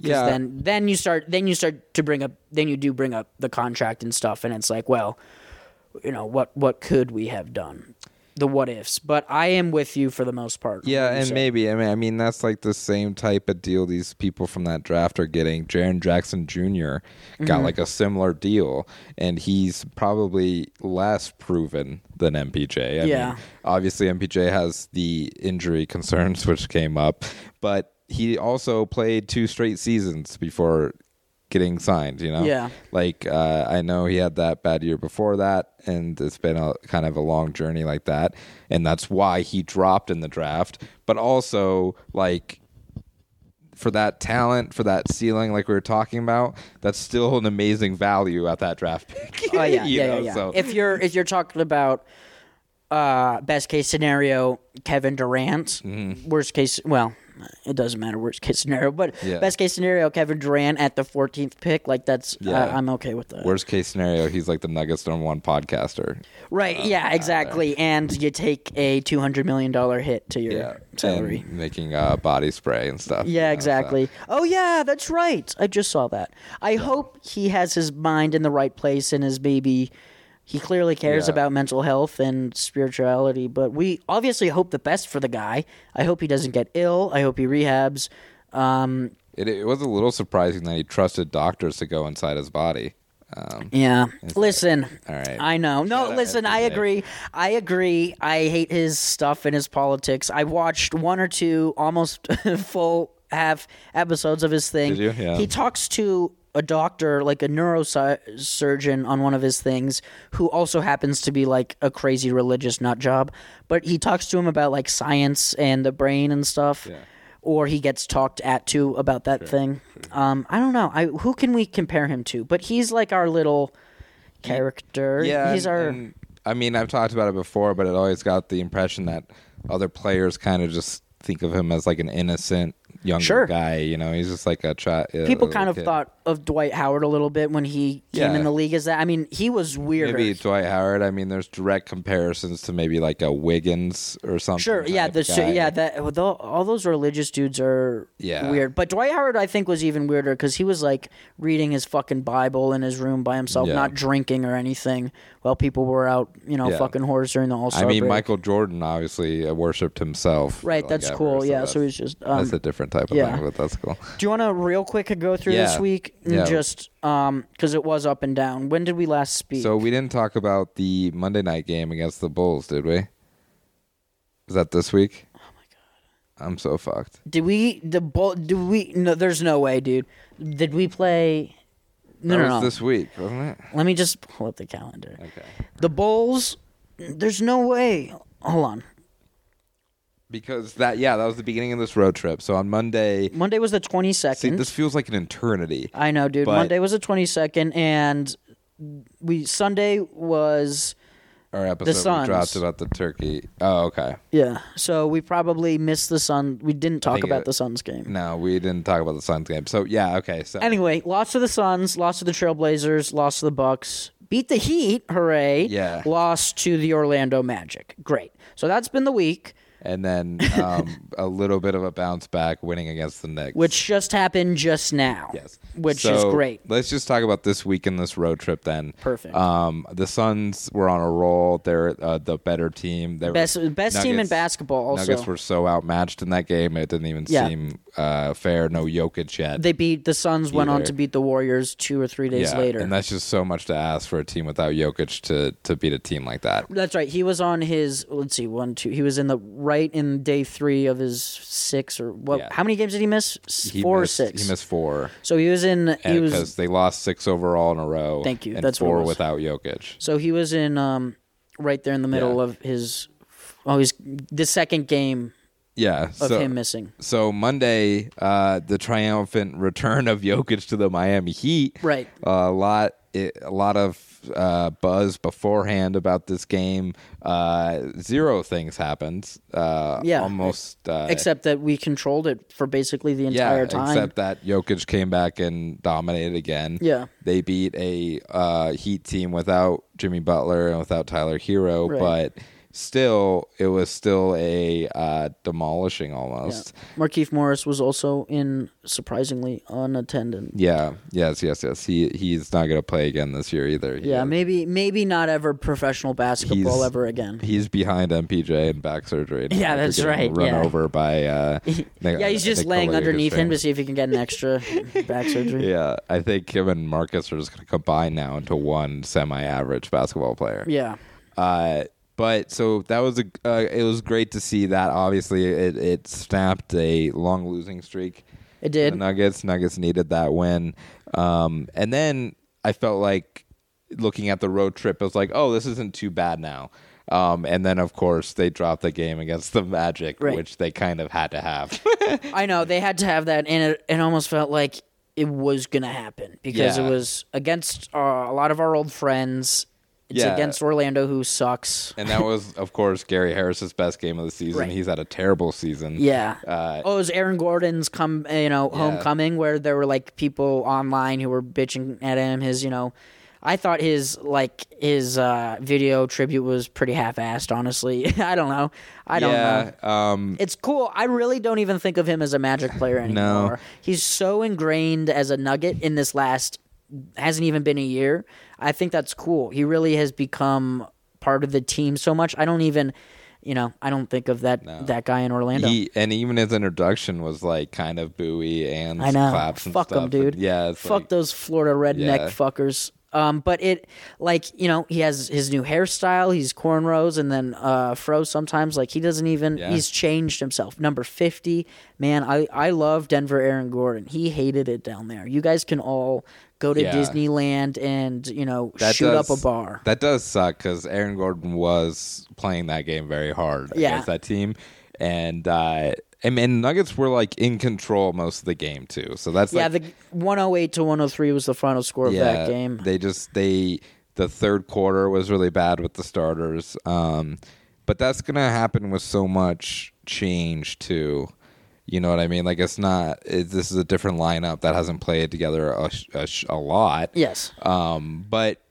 [SPEAKER 2] 'cause
[SPEAKER 1] Yeah.
[SPEAKER 2] Then then you start then you start to bring up then you do bring up the contract and stuff, and it's like well, you know what what could we have done? The what ifs. But I am with you for the most part.
[SPEAKER 1] Yeah,
[SPEAKER 2] What you
[SPEAKER 1] and
[SPEAKER 2] said.
[SPEAKER 1] maybe I mean I mean that's like the same type of deal these people from that draft are getting. Jaron Jackson junior got like a similar deal, and he's probably less proven than MPJ. I
[SPEAKER 2] Yeah.
[SPEAKER 1] mean, obviously MPJ has the injury (laughs) concerns which came up, but he also played two straight seasons before getting signed. You know,
[SPEAKER 2] Yeah.
[SPEAKER 1] like uh, I know he had that bad year before that, and it's been a kind of a long journey like that, and that's why he dropped in the draft. But also, like for that talent, for that ceiling, like we were talking about, that's still an amazing value at that draft pick.
[SPEAKER 2] (laughs) Oh yeah,
[SPEAKER 1] (laughs) You
[SPEAKER 2] yeah, yeah.
[SPEAKER 1] know,
[SPEAKER 2] yeah.
[SPEAKER 1] so-
[SPEAKER 2] If you're if you're talking about uh, best case scenario, Kevin Durant.
[SPEAKER 1] Mm-hmm.
[SPEAKER 2] Worst case, well, it doesn't matter. Worst case scenario, but
[SPEAKER 1] Yeah.
[SPEAKER 2] best case scenario, Kevin Durant at the 14th pick. Like that's
[SPEAKER 1] Yeah.
[SPEAKER 2] uh, I'm okay with that.
[SPEAKER 1] Worst case scenario, he's like the Nuggets number one podcaster.
[SPEAKER 2] right? yeah, exactly. And you take a 200 million dollar hit to your
[SPEAKER 1] Yeah,
[SPEAKER 2] salary.
[SPEAKER 1] and making uh, body spray and stuff. you
[SPEAKER 2] yeah,
[SPEAKER 1] know, so-
[SPEAKER 2] exactly. Oh yeah, that's right. I just saw that. I hope he has his mind in the right place and his baby. He clearly cares
[SPEAKER 1] Yeah.
[SPEAKER 2] about mental health and spirituality, but we obviously hope the best for the guy. I hope he doesn't get ill. I hope he rehabs. Um,
[SPEAKER 1] It, it was a little surprising that he trusted doctors to go inside his body. Um,
[SPEAKER 2] yeah. Listen.
[SPEAKER 1] All right.
[SPEAKER 2] I know. No,
[SPEAKER 1] Shout out
[SPEAKER 2] listen, I
[SPEAKER 1] Anthony
[SPEAKER 2] agree. I agree. I hate his stuff and his politics. I watched one or two almost (laughs) full half episodes of his thing.
[SPEAKER 1] Did you? Yeah.
[SPEAKER 2] He talks to a doctor, like a neurosurgeon on one of his things, who also happens to be like a crazy religious nut job. But he talks to him about like science and the brain and stuff.
[SPEAKER 1] Yeah.
[SPEAKER 2] Or he gets talked at to about that thing. Um, I don't know. I who can we compare him to? But he's like our little character.
[SPEAKER 1] yeah,
[SPEAKER 2] he's
[SPEAKER 1] and-
[SPEAKER 2] our
[SPEAKER 1] and, I mean, I've talked about it before, but it always got the impression that other players kind of just think of him as like an innocent younger
[SPEAKER 2] Sure.
[SPEAKER 1] guy. You know, he's just like a uh, child.
[SPEAKER 2] people kind of thought of Dwight Howard a little bit when he came
[SPEAKER 1] Yeah.
[SPEAKER 2] in the league as that. I mean, he was weirder.
[SPEAKER 1] Maybe Dwight Howard. I mean, there's direct comparisons to maybe like a Wiggins or something.
[SPEAKER 2] Sure, yeah,
[SPEAKER 1] type
[SPEAKER 2] the
[SPEAKER 1] guy.
[SPEAKER 2] yeah that well, tho- all those religious dudes are
[SPEAKER 1] Yeah.
[SPEAKER 2] weird. But Dwight Howard, I think, was even weirder because he was like reading his fucking Bible in his room by himself,
[SPEAKER 1] Yeah.
[SPEAKER 2] not drinking or anything, while people were out, you know,
[SPEAKER 1] Yeah.
[SPEAKER 2] fucking whores during the All Star.
[SPEAKER 1] I mean, Michael Jordan obviously uh, worshipped himself.
[SPEAKER 2] Right,
[SPEAKER 1] like,
[SPEAKER 2] that's
[SPEAKER 1] ever,
[SPEAKER 2] cool. yeah, so
[SPEAKER 1] that's-
[SPEAKER 2] he's just. Um,
[SPEAKER 1] that's a different type of
[SPEAKER 2] yeah.
[SPEAKER 1] thing, but that's cool.
[SPEAKER 2] do you want to real quick go through
[SPEAKER 1] Yeah.
[SPEAKER 2] this week and
[SPEAKER 1] Yeah.
[SPEAKER 2] just um because it was up and down. When did we last speak?
[SPEAKER 1] So we didn't talk about the Monday night game against the Bulls, did we? Is that this week? Oh my god, I'm so fucked.
[SPEAKER 2] Did we the bull? Do we? No, there's no way, dude. Did we play? No,
[SPEAKER 1] that
[SPEAKER 2] no,
[SPEAKER 1] was
[SPEAKER 2] no.
[SPEAKER 1] this week, wasn't it?
[SPEAKER 2] Let me just pull up the calendar.
[SPEAKER 1] Okay.
[SPEAKER 2] The Bulls. There's no way. Hold on.
[SPEAKER 1] Because that, yeah, that was the beginning of this road trip. So on Monday,
[SPEAKER 2] Monday was the
[SPEAKER 1] see,
[SPEAKER 2] 22nd.
[SPEAKER 1] this feels like an eternity.
[SPEAKER 2] I know, dude.
[SPEAKER 1] but-
[SPEAKER 2] Monday was the 22nd, and we Sunday was
[SPEAKER 1] our episode we
[SPEAKER 2] Suns.
[SPEAKER 1] dropped about the turkey. Oh, okay.
[SPEAKER 2] Yeah. So we probably missed the Sun. We didn't talk
[SPEAKER 1] think
[SPEAKER 2] about
[SPEAKER 1] it-
[SPEAKER 2] the Suns game.
[SPEAKER 1] No, we didn't talk about the Suns game. So yeah, okay. So
[SPEAKER 2] Anyway, lost to the Suns, lost to the Trailblazers, lost to the Bucks, beat the Heat, hooray!
[SPEAKER 1] Yeah.
[SPEAKER 2] Lost to the Orlando Magic. Great. So that's been the week,
[SPEAKER 1] and then
[SPEAKER 2] (laughs)
[SPEAKER 1] um, a little bit of a bounce back, winning against the Knicks,
[SPEAKER 2] which just happened just now.
[SPEAKER 1] Yes.
[SPEAKER 2] Which
[SPEAKER 1] So,
[SPEAKER 2] is great.
[SPEAKER 1] Let's just talk about this week in this road trip then.
[SPEAKER 2] Perfect.
[SPEAKER 1] Um, the Suns were on a roll. They're uh, the better team. They were-
[SPEAKER 2] Best best team in
[SPEAKER 1] Nuggets-
[SPEAKER 2] basketball. Also,
[SPEAKER 1] Nuggets were so outmatched in that game. It didn't even
[SPEAKER 2] Yeah.
[SPEAKER 1] seem uh, fair. No Jokic yet.
[SPEAKER 2] they beat the Suns. Went on
[SPEAKER 1] Either.
[SPEAKER 2] to beat the Warriors two or three days
[SPEAKER 1] yeah,
[SPEAKER 2] later.
[SPEAKER 1] and that's just so much to ask for a team without Jokic to to beat a team like that.
[SPEAKER 2] That's right. He was on his let's see, one, two. He was in the right in day three of his six or what?
[SPEAKER 1] Yeah.
[SPEAKER 2] How many games did he miss? S-
[SPEAKER 1] He
[SPEAKER 2] Four
[SPEAKER 1] missed,
[SPEAKER 2] or six.
[SPEAKER 1] He missed four
[SPEAKER 2] So he was in. He was.
[SPEAKER 1] because they lost six overall in a row.
[SPEAKER 2] Thank you.
[SPEAKER 1] And
[SPEAKER 2] That's what it
[SPEAKER 1] four
[SPEAKER 2] was.
[SPEAKER 1] without Jokic.
[SPEAKER 2] So he was in. Um, right there in the middle
[SPEAKER 1] Yeah.
[SPEAKER 2] of his. Oh, he's the second game
[SPEAKER 1] Yeah.
[SPEAKER 2] of
[SPEAKER 1] so,
[SPEAKER 2] him missing.
[SPEAKER 1] So Monday, uh, the triumphant return of Jokic to the Miami Heat.
[SPEAKER 2] Right.
[SPEAKER 1] a lot, it, a lot of uh, buzz beforehand about this game. Uh, zero things happened. Uh,
[SPEAKER 2] Yeah.
[SPEAKER 1] Almost. Uh,
[SPEAKER 2] Except that we controlled it for basically the entire
[SPEAKER 1] yeah,
[SPEAKER 2] time.
[SPEAKER 1] except that Jokic came back and dominated again.
[SPEAKER 2] Yeah.
[SPEAKER 1] They beat a uh, Heat team without Jimmy Butler and without Tyler Hero,
[SPEAKER 2] Right.
[SPEAKER 1] but still, it was still a uh, demolishing almost.
[SPEAKER 2] Markeith Morris was also in surprisingly unattended.
[SPEAKER 1] Yeah. Yes. Yes. Yes. He he's not going to play again this year either. He-
[SPEAKER 2] Yeah, maybe maybe not ever professional basketball
[SPEAKER 1] He's-
[SPEAKER 2] ever again.
[SPEAKER 1] He's behind MPJ and back surgery. now
[SPEAKER 2] Yeah,
[SPEAKER 1] after
[SPEAKER 2] that's
[SPEAKER 1] getting
[SPEAKER 2] right,
[SPEAKER 1] Run
[SPEAKER 2] yeah.
[SPEAKER 1] over by. Uh,
[SPEAKER 2] (laughs) Yeah, he's just laying underneath him to see if he can get an (laughs) extra back surgery. Yeah.
[SPEAKER 1] Yeah, I think him and Marcus are just going to combine now into one semi-average basketball player. Uh, but so that was a uh, it was great to see that. Obviously, it it snapped a long losing streak.
[SPEAKER 2] It did.
[SPEAKER 1] The Nuggets Nuggets needed that win, um, and then I felt like looking at the road trip, I was like, oh, this isn't too bad now. Um, and then of course they dropped the game against the Magic,
[SPEAKER 2] Right.
[SPEAKER 1] which they kind of had to have. (laughs)
[SPEAKER 2] I know they had to have that, and it, it almost felt like it was gonna happen because
[SPEAKER 1] Yeah.
[SPEAKER 2] it was against uh, a lot of our old friends. It's
[SPEAKER 1] Yeah.
[SPEAKER 2] against Orlando, who sucks.
[SPEAKER 1] and that was, of course, Gary Harris's best game of the season.
[SPEAKER 2] Right.
[SPEAKER 1] He's had a terrible season.
[SPEAKER 2] Yeah.
[SPEAKER 1] Uh,
[SPEAKER 2] oh, it was Aaron Gordon's come, you know, homecoming where there were like people online who were bitching at him. His, you know, I thought his like his uh, video tribute was pretty half-assed. Honestly, (laughs) I don't know. I don't know.
[SPEAKER 1] yeah. Um,
[SPEAKER 2] It's cool. I really don't even think of him as a Magic player anymore. He's so ingrained as a Nugget in this last hasn't even been a year. I think that's cool. He really has become part of the team so much. I don't even, you know, I don't think of that that guy in Orlando.
[SPEAKER 1] He and even his introduction was like kind of buoy and
[SPEAKER 2] I know.
[SPEAKER 1] claps and
[SPEAKER 2] Fuck
[SPEAKER 1] stuff.
[SPEAKER 2] them, dude.
[SPEAKER 1] And, yeah, it's
[SPEAKER 2] fuck
[SPEAKER 1] like,
[SPEAKER 2] those Florida redneck
[SPEAKER 1] Yeah.
[SPEAKER 2] fuckers. Um, but it, like you know, he has his new hairstyle. He's cornrows and then uh, fro sometimes. Like he doesn't even.
[SPEAKER 1] Yeah.
[SPEAKER 2] He's changed himself. Number fifty, man. I I love Denver. Aaron Gordon. He hated it down there. You guys can all go to
[SPEAKER 1] Yeah.
[SPEAKER 2] Disneyland and you know
[SPEAKER 1] that
[SPEAKER 2] shoot
[SPEAKER 1] does-
[SPEAKER 2] up a bar.
[SPEAKER 1] That does suck because Aaron Gordon was playing that game very hard
[SPEAKER 2] Yeah.
[SPEAKER 1] against that team, and uh, and, and Nuggets were like in control most of the game too. So that's
[SPEAKER 2] yeah,
[SPEAKER 1] like,
[SPEAKER 2] the one hundred eight to one hundred three was the final score of that game.
[SPEAKER 1] They just they the third quarter was really bad with the starters. Um, but that's gonna happen with so much change too. You know what I mean? Like it's not. It, this is a different lineup that hasn't played together a, sh- a, sh- a lot.
[SPEAKER 2] yes.
[SPEAKER 1] Um, but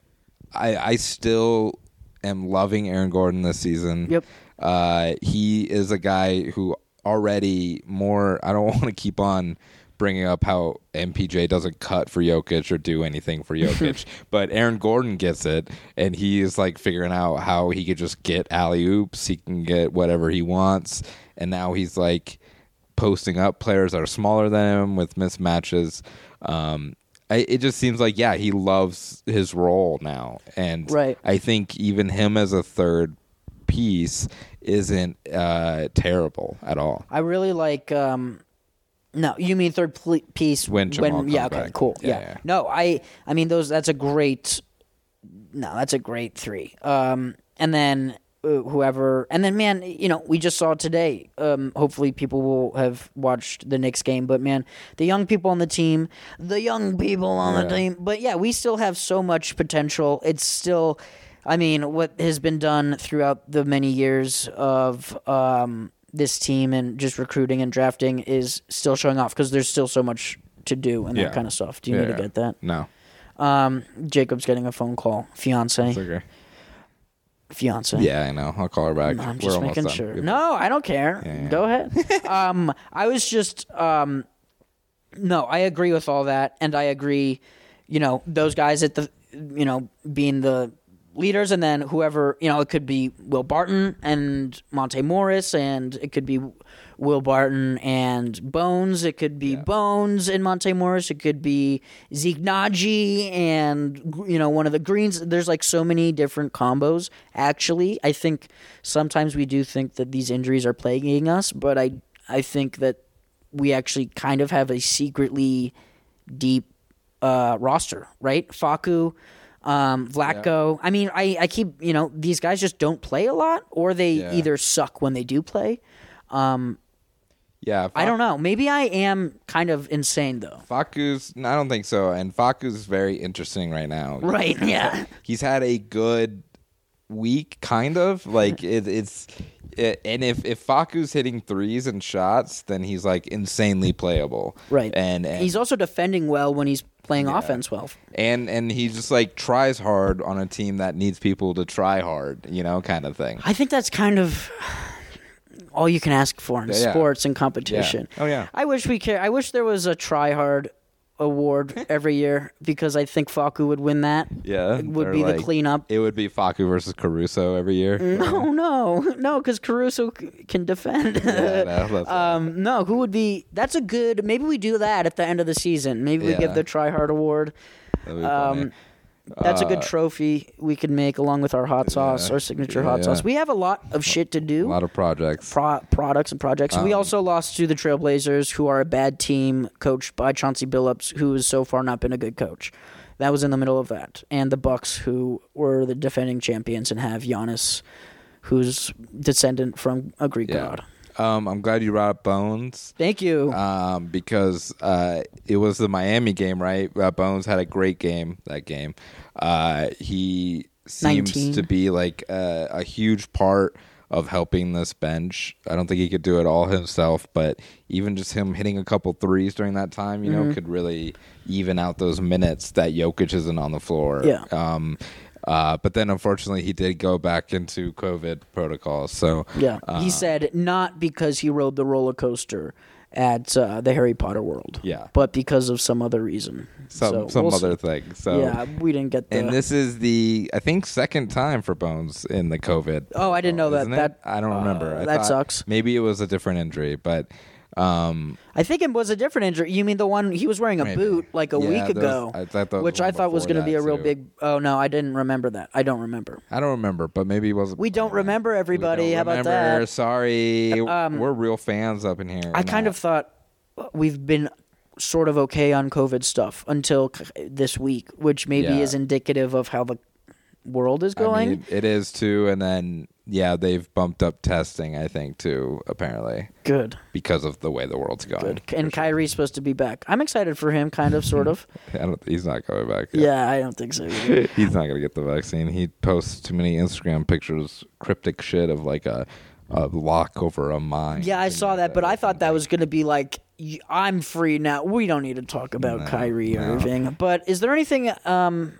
[SPEAKER 1] I I still am loving Aaron Gordon this season.
[SPEAKER 2] Yep.
[SPEAKER 1] Uh, he is a guy who already more. I don't (laughs) want to keep on bringing up how MPJ doesn't cut for Jokic or do anything for Jokic, but Aaron Gordon gets it, and he is like figuring out how he could just get alley oops. He can get whatever he wants, and now he's like posting up players that are smaller than him with mismatches. Um, I, it just seems like yeah, he loves his role now, and
[SPEAKER 2] Right.
[SPEAKER 1] I think even him as a third piece isn't uh, terrible at all.
[SPEAKER 2] I really like. um No, you mean third pl- piece
[SPEAKER 1] When Jamal comes
[SPEAKER 2] yeah, okay,
[SPEAKER 1] back.
[SPEAKER 2] cool,
[SPEAKER 1] Yeah,
[SPEAKER 2] yeah,
[SPEAKER 1] yeah.
[SPEAKER 2] No, I, I mean those. That's a great. No, that's a great three. Um, and then uh, whoever, and then man, you know, we just saw today. Um, hopefully people will have watched the Knicks game, but man, the young people on the team, the young people on the
[SPEAKER 1] Yeah.
[SPEAKER 2] team, but yeah, we still have so much potential. It's still. I mean, what has been done throughout the many years of um, this team and just recruiting and drafting is still showing off because there's still so much to do and
[SPEAKER 1] Yeah.
[SPEAKER 2] that kind of stuff. Do you need
[SPEAKER 1] Yeah.
[SPEAKER 2] to get that?
[SPEAKER 1] No,
[SPEAKER 2] Um, Jacob's getting a phone call. Fiance,
[SPEAKER 1] it's okay.
[SPEAKER 2] fiance.
[SPEAKER 1] Yeah, I know. I'll call her back.
[SPEAKER 2] I'm
[SPEAKER 1] We're
[SPEAKER 2] just
[SPEAKER 1] almost
[SPEAKER 2] making
[SPEAKER 1] done.
[SPEAKER 2] sure.
[SPEAKER 1] Good.
[SPEAKER 2] No, I don't care.
[SPEAKER 1] Yeah, yeah. (laughs)
[SPEAKER 2] Go ahead. um, I was just um, no, I agree with all that, and I agree. You know, those guys at the you know being the leaders, and then whoever you know it could be Will Barton and Monte Morris, and it could be Will Barton and Bones. It could be Bones and Monte Morris. It could be Zeke Naji and you know one of the greens. There's like so many different combos. Actually, I think sometimes we do think that these injuries are plaguing us, but I I think that we actually kind of have a secretly deep uh, roster, right? Faku, um, Vlatko. I mean, I, I keep, you know, these guys just don't play a lot or they
[SPEAKER 1] Yeah.
[SPEAKER 2] either suck when they do play.
[SPEAKER 1] Yeah,
[SPEAKER 2] I don't know. Maybe I am kind of
[SPEAKER 1] (laughs)
[SPEAKER 2] insane, though.
[SPEAKER 1] Faku's. I don't think so. And Faku's very interesting right now. (laughs)
[SPEAKER 2] Right, yeah.
[SPEAKER 1] he's had a good week, kind of
[SPEAKER 2] (laughs)
[SPEAKER 1] like it, it's. It, and if if Faku's hitting threes and shots, then he's like insanely playable.
[SPEAKER 2] Right.
[SPEAKER 1] And, and
[SPEAKER 2] He's also defending well when he's playing offense well.
[SPEAKER 1] and and he just like tries hard on a team that needs people to try hard, you know, kind of thing.
[SPEAKER 2] I think that's kind of all you can ask for in
[SPEAKER 1] yeah.
[SPEAKER 2] sports and competition.
[SPEAKER 1] Yeah. Oh, yeah.
[SPEAKER 2] I wish we care. I wish there was a try hard
[SPEAKER 1] (laughs)
[SPEAKER 2] award every year because I think Faku would win that.
[SPEAKER 1] Yeah,
[SPEAKER 2] It would
[SPEAKER 1] they're
[SPEAKER 2] be
[SPEAKER 1] like- (laughs)
[SPEAKER 2] the cleanup. Mm-hmm.
[SPEAKER 1] It would be Faku versus Caruso every year.
[SPEAKER 2] No, no, no, because Caruso c- can defend.
[SPEAKER 1] (laughs) Yeah, no, that's-
[SPEAKER 2] (laughs) um, no, who would be? That's a good. Maybe we do that at the end of the season. Maybe we
[SPEAKER 1] Yeah.
[SPEAKER 2] give the Try Hard Award.
[SPEAKER 1] that'd be funny.
[SPEAKER 2] um, That's a good
[SPEAKER 1] Uh,
[SPEAKER 2] trophy we could make along with our hot sauce, our signature hot
[SPEAKER 1] yeah.
[SPEAKER 2] sauce. We have a lot of shit to
[SPEAKER 1] a
[SPEAKER 2] do.
[SPEAKER 1] lot of projects.
[SPEAKER 2] pro- products and projects.
[SPEAKER 1] Um,
[SPEAKER 2] we also lost to the Trailblazers, who are a bad team coached by Chauncey Billups, who has so far not been a good coach. That was in the middle of that, and the Bucks, who were the defending champions and have Giannis, who's descendant from a Greek
[SPEAKER 1] yeah.
[SPEAKER 2] god.
[SPEAKER 1] Um, I'm glad you brought up Bones.
[SPEAKER 2] Thank you.
[SPEAKER 1] um, because uh, it was the Miami game, right? Uh, Bones had a great game that game. Uh, he seems
[SPEAKER 2] 19.
[SPEAKER 1] to be like a, a huge part of helping this bench. I don't think he could do it all himself, but even just him hitting a couple threes during that time, you
[SPEAKER 2] Mm-hmm.
[SPEAKER 1] know, could really even out those minutes that Jokic isn't on the floor.
[SPEAKER 2] Yeah.
[SPEAKER 1] Um, uh, but then unfortunately, he did go back into COVID protocols. So uh,
[SPEAKER 2] yeah, he said not because he rode the roller coaster at uh, the Harry Potter World,
[SPEAKER 1] Yeah.
[SPEAKER 2] but because of some other reason.
[SPEAKER 1] some
[SPEAKER 2] So
[SPEAKER 1] some
[SPEAKER 2] we'll
[SPEAKER 1] other
[SPEAKER 2] see.
[SPEAKER 1] thing. So
[SPEAKER 2] yeah, we didn't get the.
[SPEAKER 1] And this is the I think second time for Bones in the COVID.
[SPEAKER 2] Oh, I didn't know that.
[SPEAKER 1] isn't it?
[SPEAKER 2] That-
[SPEAKER 1] I don't remember.
[SPEAKER 2] uh,
[SPEAKER 1] I
[SPEAKER 2] that
[SPEAKER 1] thought
[SPEAKER 2] sucks.
[SPEAKER 1] Maybe it was a different injury, but um,
[SPEAKER 2] I think it was a different injury. You mean the one he was wearing a
[SPEAKER 1] Maybe.
[SPEAKER 2] boot like a
[SPEAKER 1] Yeah,
[SPEAKER 2] week
[SPEAKER 1] there was-
[SPEAKER 2] ago,
[SPEAKER 1] I thought there was
[SPEAKER 2] which
[SPEAKER 1] one
[SPEAKER 2] I thought was
[SPEAKER 1] before
[SPEAKER 2] going to be a
[SPEAKER 1] that,
[SPEAKER 2] real
[SPEAKER 1] too.
[SPEAKER 2] big. Oh no, I didn't remember that. I don't remember.
[SPEAKER 1] I don't remember. But maybe it wasn't.
[SPEAKER 2] We don't remember everybody. How about that? Um,
[SPEAKER 1] Sorry, we're real fans up in here.
[SPEAKER 2] I kind of thought we've been sort of okay on COVID stuff until c- this week, which maybe
[SPEAKER 1] Yeah.
[SPEAKER 2] is indicative of how the world is
[SPEAKER 1] I
[SPEAKER 2] going.
[SPEAKER 1] mean, it is too, and then yeah, they've bumped up testing. I think too, apparently
[SPEAKER 2] Good,
[SPEAKER 1] because of the way the world's going.
[SPEAKER 2] good. And Kyrie's supposed to be back. I'm excited for him, kind
[SPEAKER 1] (laughs)
[SPEAKER 2] of, sort of.
[SPEAKER 1] I don't, he's not coming back. yet.
[SPEAKER 2] yeah, I don't think so. either.
[SPEAKER 1] (laughs) He's not gonna get the vaccine. He posts too many Instagram pictures, cryptic shit of like a a lock over a mine.
[SPEAKER 2] Yeah, I
[SPEAKER 1] Thing
[SPEAKER 2] saw
[SPEAKER 1] like
[SPEAKER 2] that, but I thought that was going to be like, y- I'm free now. We don't need to talk about Kyrie Irving. But is there anything? Um,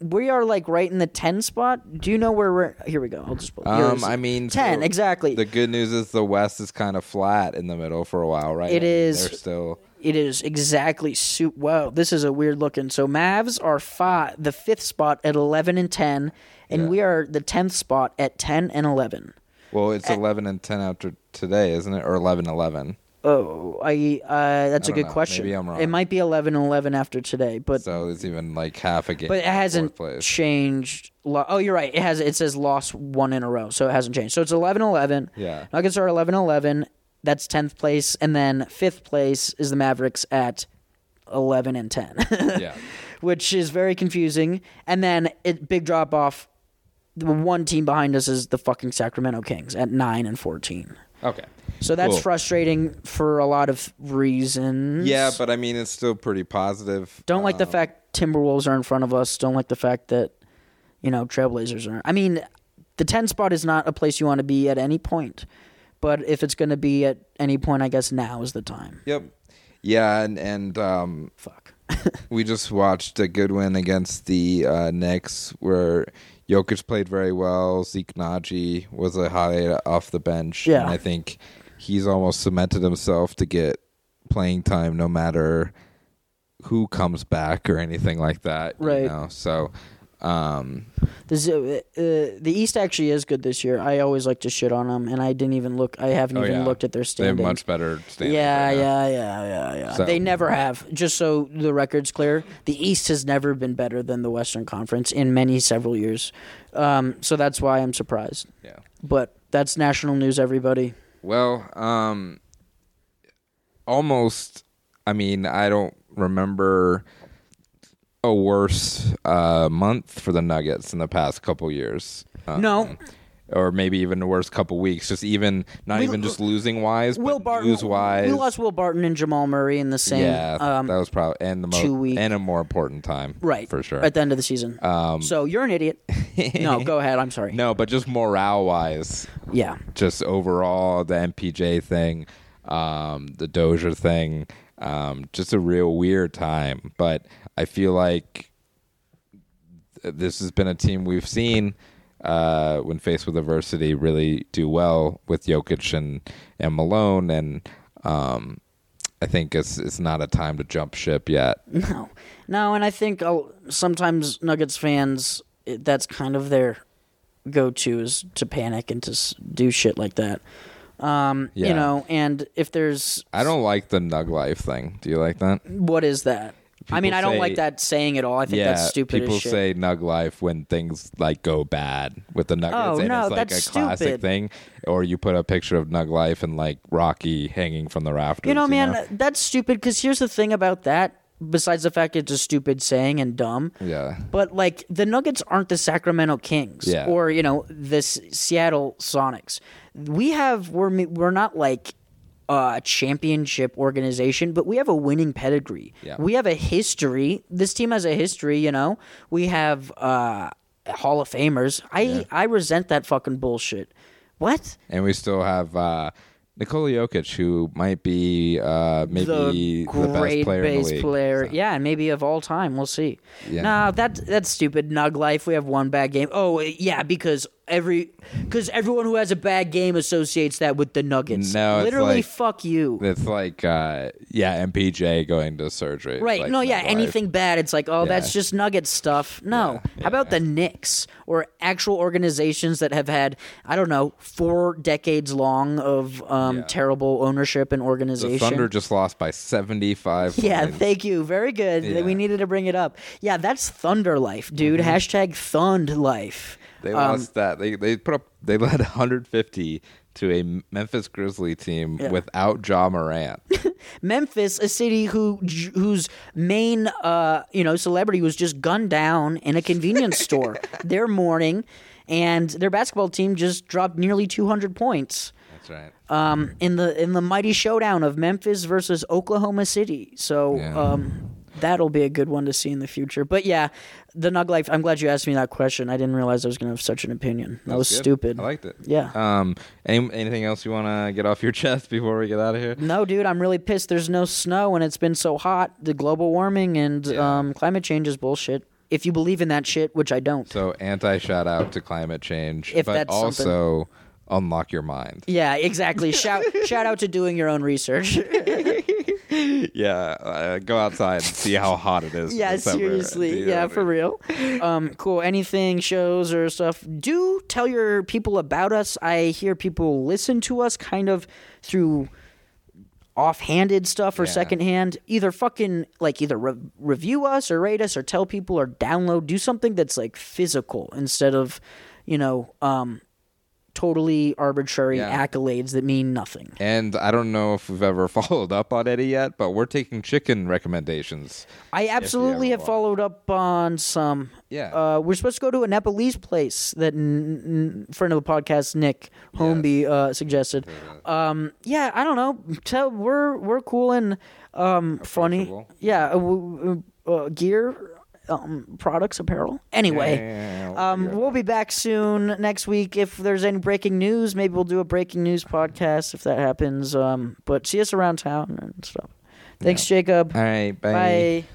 [SPEAKER 2] we are like right in the ten spot. Do you know where we're? Here we go. I'll just. here it
[SPEAKER 1] Um,
[SPEAKER 2] is.
[SPEAKER 1] I mean,
[SPEAKER 2] ten
[SPEAKER 1] so
[SPEAKER 2] exactly.
[SPEAKER 1] The good news is the West is kind of flat in the middle for a while, right?
[SPEAKER 2] It
[SPEAKER 1] I mean,
[SPEAKER 2] is.
[SPEAKER 1] They're still
[SPEAKER 2] it is exactly. Su- Whoa, this is a weird looking. So Mavs are fi- the fifth spot at eleven and ten, and we are the tenth spot at ten and eleven.
[SPEAKER 1] well. It's eleven and ten after today, isn't it? Or 11-11.
[SPEAKER 2] Oh, I. Uh, that's a
[SPEAKER 1] don't
[SPEAKER 2] good
[SPEAKER 1] know.
[SPEAKER 2] question.
[SPEAKER 1] Maybe I'm wrong.
[SPEAKER 2] It might be 11-11 after today, but
[SPEAKER 1] So it's even like half a game.
[SPEAKER 2] But it
[SPEAKER 1] in
[SPEAKER 2] hasn't
[SPEAKER 1] fourth place.
[SPEAKER 2] changed. Lo- oh, you're right. It has. It says lost one in a row, so it hasn't changed. So it's 11-11.
[SPEAKER 1] Yeah.
[SPEAKER 2] Nuggets are 11-11. That's tenth place, and then fifth place is the Mavericks at eleven and ten, (laughs)
[SPEAKER 1] yeah,
[SPEAKER 2] which is very confusing. And then it big drop off. The one team behind us is the fucking Sacramento Kings at nine and fourteen.
[SPEAKER 1] okay.
[SPEAKER 2] So that's
[SPEAKER 1] Cool.
[SPEAKER 2] frustrating for a lot of reasons.
[SPEAKER 1] Yeah, but I mean, it's still pretty positive.
[SPEAKER 2] Don't like the fact Timberwolves are in front of us. Don't like the fact that you know, Trailblazers are. I mean, the 10 spot is not a place you want to be at any point. But if it's going to be at any point, I guess now is the time.
[SPEAKER 1] Yep. Yeah, and and um,
[SPEAKER 2] Fuck.
[SPEAKER 1] we just watched a good win against the uh, Knicks where Jokic played very well. Zeke Naji was a highlight off the bench.
[SPEAKER 2] Yeah.
[SPEAKER 1] And I think he's almost cemented himself to get playing time no matter who comes back or anything like that. you
[SPEAKER 2] Right.
[SPEAKER 1] know? So, um,
[SPEAKER 2] This, uh, uh, the East actually is good this year. I always like to shit on them, and I didn't even look. I haven't
[SPEAKER 1] oh,
[SPEAKER 2] even
[SPEAKER 1] yeah.
[SPEAKER 2] looked at their
[SPEAKER 1] They have
[SPEAKER 2] standings.
[SPEAKER 1] much better standings.
[SPEAKER 2] yeah,
[SPEAKER 1] right now.
[SPEAKER 2] yeah, yeah, yeah, yeah.
[SPEAKER 1] So-
[SPEAKER 2] They never have. Just so the record's clear, the East has never been better than the Western Conference in many several years. Um, so that's why I'm surprised.
[SPEAKER 1] Yeah.
[SPEAKER 2] But that's national news, everybody.
[SPEAKER 1] Well, um, almost. I mean, I don't remember a worse uh, month for the Nuggets in the past couple years. Um,
[SPEAKER 2] No.
[SPEAKER 1] or maybe even a worse couple weeks. Just even not
[SPEAKER 2] We-
[SPEAKER 1] even just losing wise,
[SPEAKER 2] Will
[SPEAKER 1] but
[SPEAKER 2] Barton.
[SPEAKER 1] lose wise.
[SPEAKER 2] We lost Will Barton and Jamal Murray in the same.
[SPEAKER 1] yeah,
[SPEAKER 2] um,
[SPEAKER 1] that was probably and the mo-
[SPEAKER 2] two week-
[SPEAKER 1] and a more important time,
[SPEAKER 2] right
[SPEAKER 1] For sure.
[SPEAKER 2] at the end of the season. Um, so you're
[SPEAKER 1] (laughs)
[SPEAKER 2] an idiot. no, go ahead. I'm sorry.
[SPEAKER 1] no, but just morale wise,
[SPEAKER 2] Yeah.
[SPEAKER 1] just overall the MPJ thing, um, the Dozier thing, um, just a real weird time. But I feel like th- this has been a team we've seen uh, when faced with adversity really do well with Jokic and, and Malone, and um, I think it's it's not a time to jump ship yet.
[SPEAKER 2] No, no, and I think i sometimes Nuggets fans it- that's kind of their go-to is to panic and to s- do shit like that. Um,
[SPEAKER 1] Yeah.
[SPEAKER 2] You know, and if there's
[SPEAKER 1] I don't like the Nug Life thing. Do you like that?
[SPEAKER 2] what is that? I mean,
[SPEAKER 1] People
[SPEAKER 2] I don't
[SPEAKER 1] say-
[SPEAKER 2] like that saying at all. I think
[SPEAKER 1] yeah,
[SPEAKER 2] that's stupid.
[SPEAKER 1] people
[SPEAKER 2] as shit.
[SPEAKER 1] say nug life when things like go bad with the nuggets,
[SPEAKER 2] Oh,
[SPEAKER 1] and
[SPEAKER 2] no,
[SPEAKER 1] it's like
[SPEAKER 2] that's
[SPEAKER 1] a classic
[SPEAKER 2] stupid.
[SPEAKER 1] thing. Or you put a picture of nug life and like Rocky hanging from the rafters.
[SPEAKER 2] You know, man, that's stupid. Because here's the thing about that. Besides the fact it's a stupid saying and dumb.
[SPEAKER 1] Yeah.
[SPEAKER 2] But like the Nuggets aren't the Sacramento Kings
[SPEAKER 1] Yeah.
[SPEAKER 2] or you know this Seattle Sonics. We have we're we're not like a championship organization, but we have a winning pedigree.
[SPEAKER 1] Yeah.
[SPEAKER 2] We have a history. This team has a history. You know, we have uh, Hall of Famers. I I resent that fucking bullshit. What?
[SPEAKER 1] And we still have uh, Nikola Jokic, who might be uh, maybe the, best player in the
[SPEAKER 2] bass
[SPEAKER 1] league.
[SPEAKER 2] player. Yeah, and maybe of all time. We'll see.
[SPEAKER 1] Yeah.
[SPEAKER 2] No, that that's stupid. Nug life. We have one bad game. Oh yeah, because every because everyone who has a bad game associates that with the Nuggets.
[SPEAKER 1] No, it's
[SPEAKER 2] literally,
[SPEAKER 1] like-
[SPEAKER 2] fuck you.
[SPEAKER 1] It's like, uh, yeah, MPJ going to surgery. It's
[SPEAKER 2] Right.
[SPEAKER 1] like
[SPEAKER 2] no,
[SPEAKER 1] Nug
[SPEAKER 2] yeah,
[SPEAKER 1] Life.
[SPEAKER 2] anything bad, it's like, oh, that's just nugget stuff. No. How about the Knicks or actual organizations that have had, I don't know, four decades long of um, terrible ownership and organization?
[SPEAKER 1] The Thunder just lost by 75
[SPEAKER 2] Yeah,
[SPEAKER 1] points.
[SPEAKER 2] thank you. Very good.
[SPEAKER 1] Yeah.
[SPEAKER 2] We needed to bring it up. Yeah, that's Thunder Life, dude. Hashtag Thund Life.
[SPEAKER 1] They
[SPEAKER 2] Um,
[SPEAKER 1] lost that. They they put up. They (laughs) led 150 to a Memphis Grizzly team without Ja
[SPEAKER 2] (laughs)
[SPEAKER 1] Morant.
[SPEAKER 2] Memphis, a city who whose main uh, you know celebrity was just gunned down in a convenience store. They're mourning, and their basketball team just dropped nearly 200 points.
[SPEAKER 1] That's right.
[SPEAKER 2] um, in the in the mighty showdown of Memphis versus Oklahoma City. So
[SPEAKER 1] Yeah.
[SPEAKER 2] um, that'll be a good one to see in the future. But yeah, the Nug Life. I'm glad you asked me that question. I didn't realize I was going to have such an opinion. That was
[SPEAKER 1] Good.
[SPEAKER 2] stupid.
[SPEAKER 1] I liked it.
[SPEAKER 2] Yeah.
[SPEAKER 1] Um. Any, anything else you want to get off your (laughs) chest before we get out of here?
[SPEAKER 2] no, dude, I'm really pissed. There's no snow, and it's been so hot. The global warming and um, climate change is bullshit. If you believe in that shit, which I don't.
[SPEAKER 1] So anti shout out to climate change,
[SPEAKER 2] If
[SPEAKER 1] but
[SPEAKER 2] that's something-
[SPEAKER 1] also unlock your
[SPEAKER 2] (laughs)
[SPEAKER 1] mind.
[SPEAKER 2] Yeah, exactly.
[SPEAKER 1] (laughs)
[SPEAKER 2] Shout shout out to doing your own research.
[SPEAKER 1] Yeah. Uh, go outside and see how hot it is. in
[SPEAKER 2] (laughs) Yeah,
[SPEAKER 1] the summer.
[SPEAKER 2] seriously.
[SPEAKER 1] Do
[SPEAKER 2] Yeah,
[SPEAKER 1] it.
[SPEAKER 2] for real. Um, cool. Anything, shows or stuff. Do tell your people about us. I hear people listen to us kind of through offhanded stuff or secondhand. Either fucking like either re- review us or rate us or tell people or download. Do something that's like physical instead of, you know, um, totally arbitrary
[SPEAKER 1] Yeah.
[SPEAKER 2] accolades that mean nothing.
[SPEAKER 1] And I don't know if we've ever (laughs) followed up on Eddie yet, but we're taking chicken recommendations.
[SPEAKER 2] I absolutely
[SPEAKER 1] ever
[SPEAKER 2] have
[SPEAKER 1] want.
[SPEAKER 2] followed up on some.
[SPEAKER 1] Yeah.
[SPEAKER 2] Uh, we're supposed to go to a Nepalese place that n- n- friend of the podcast Nick Homeby uh, suggested. Um, yeah, I don't know. Tell we're we're cool and um, funny.
[SPEAKER 1] Approachable.
[SPEAKER 2] Yeah, uh, w- w- uh, gear. um, products, apparel. Anyway,
[SPEAKER 1] Yeah,
[SPEAKER 2] um,
[SPEAKER 1] yeah.
[SPEAKER 2] we'll be back soon next week. If there's any breaking news, maybe we'll do a breaking news podcast if that happens. Um, but see us around town and stuff. Thanks, Jacob.
[SPEAKER 1] All right.
[SPEAKER 2] Bye.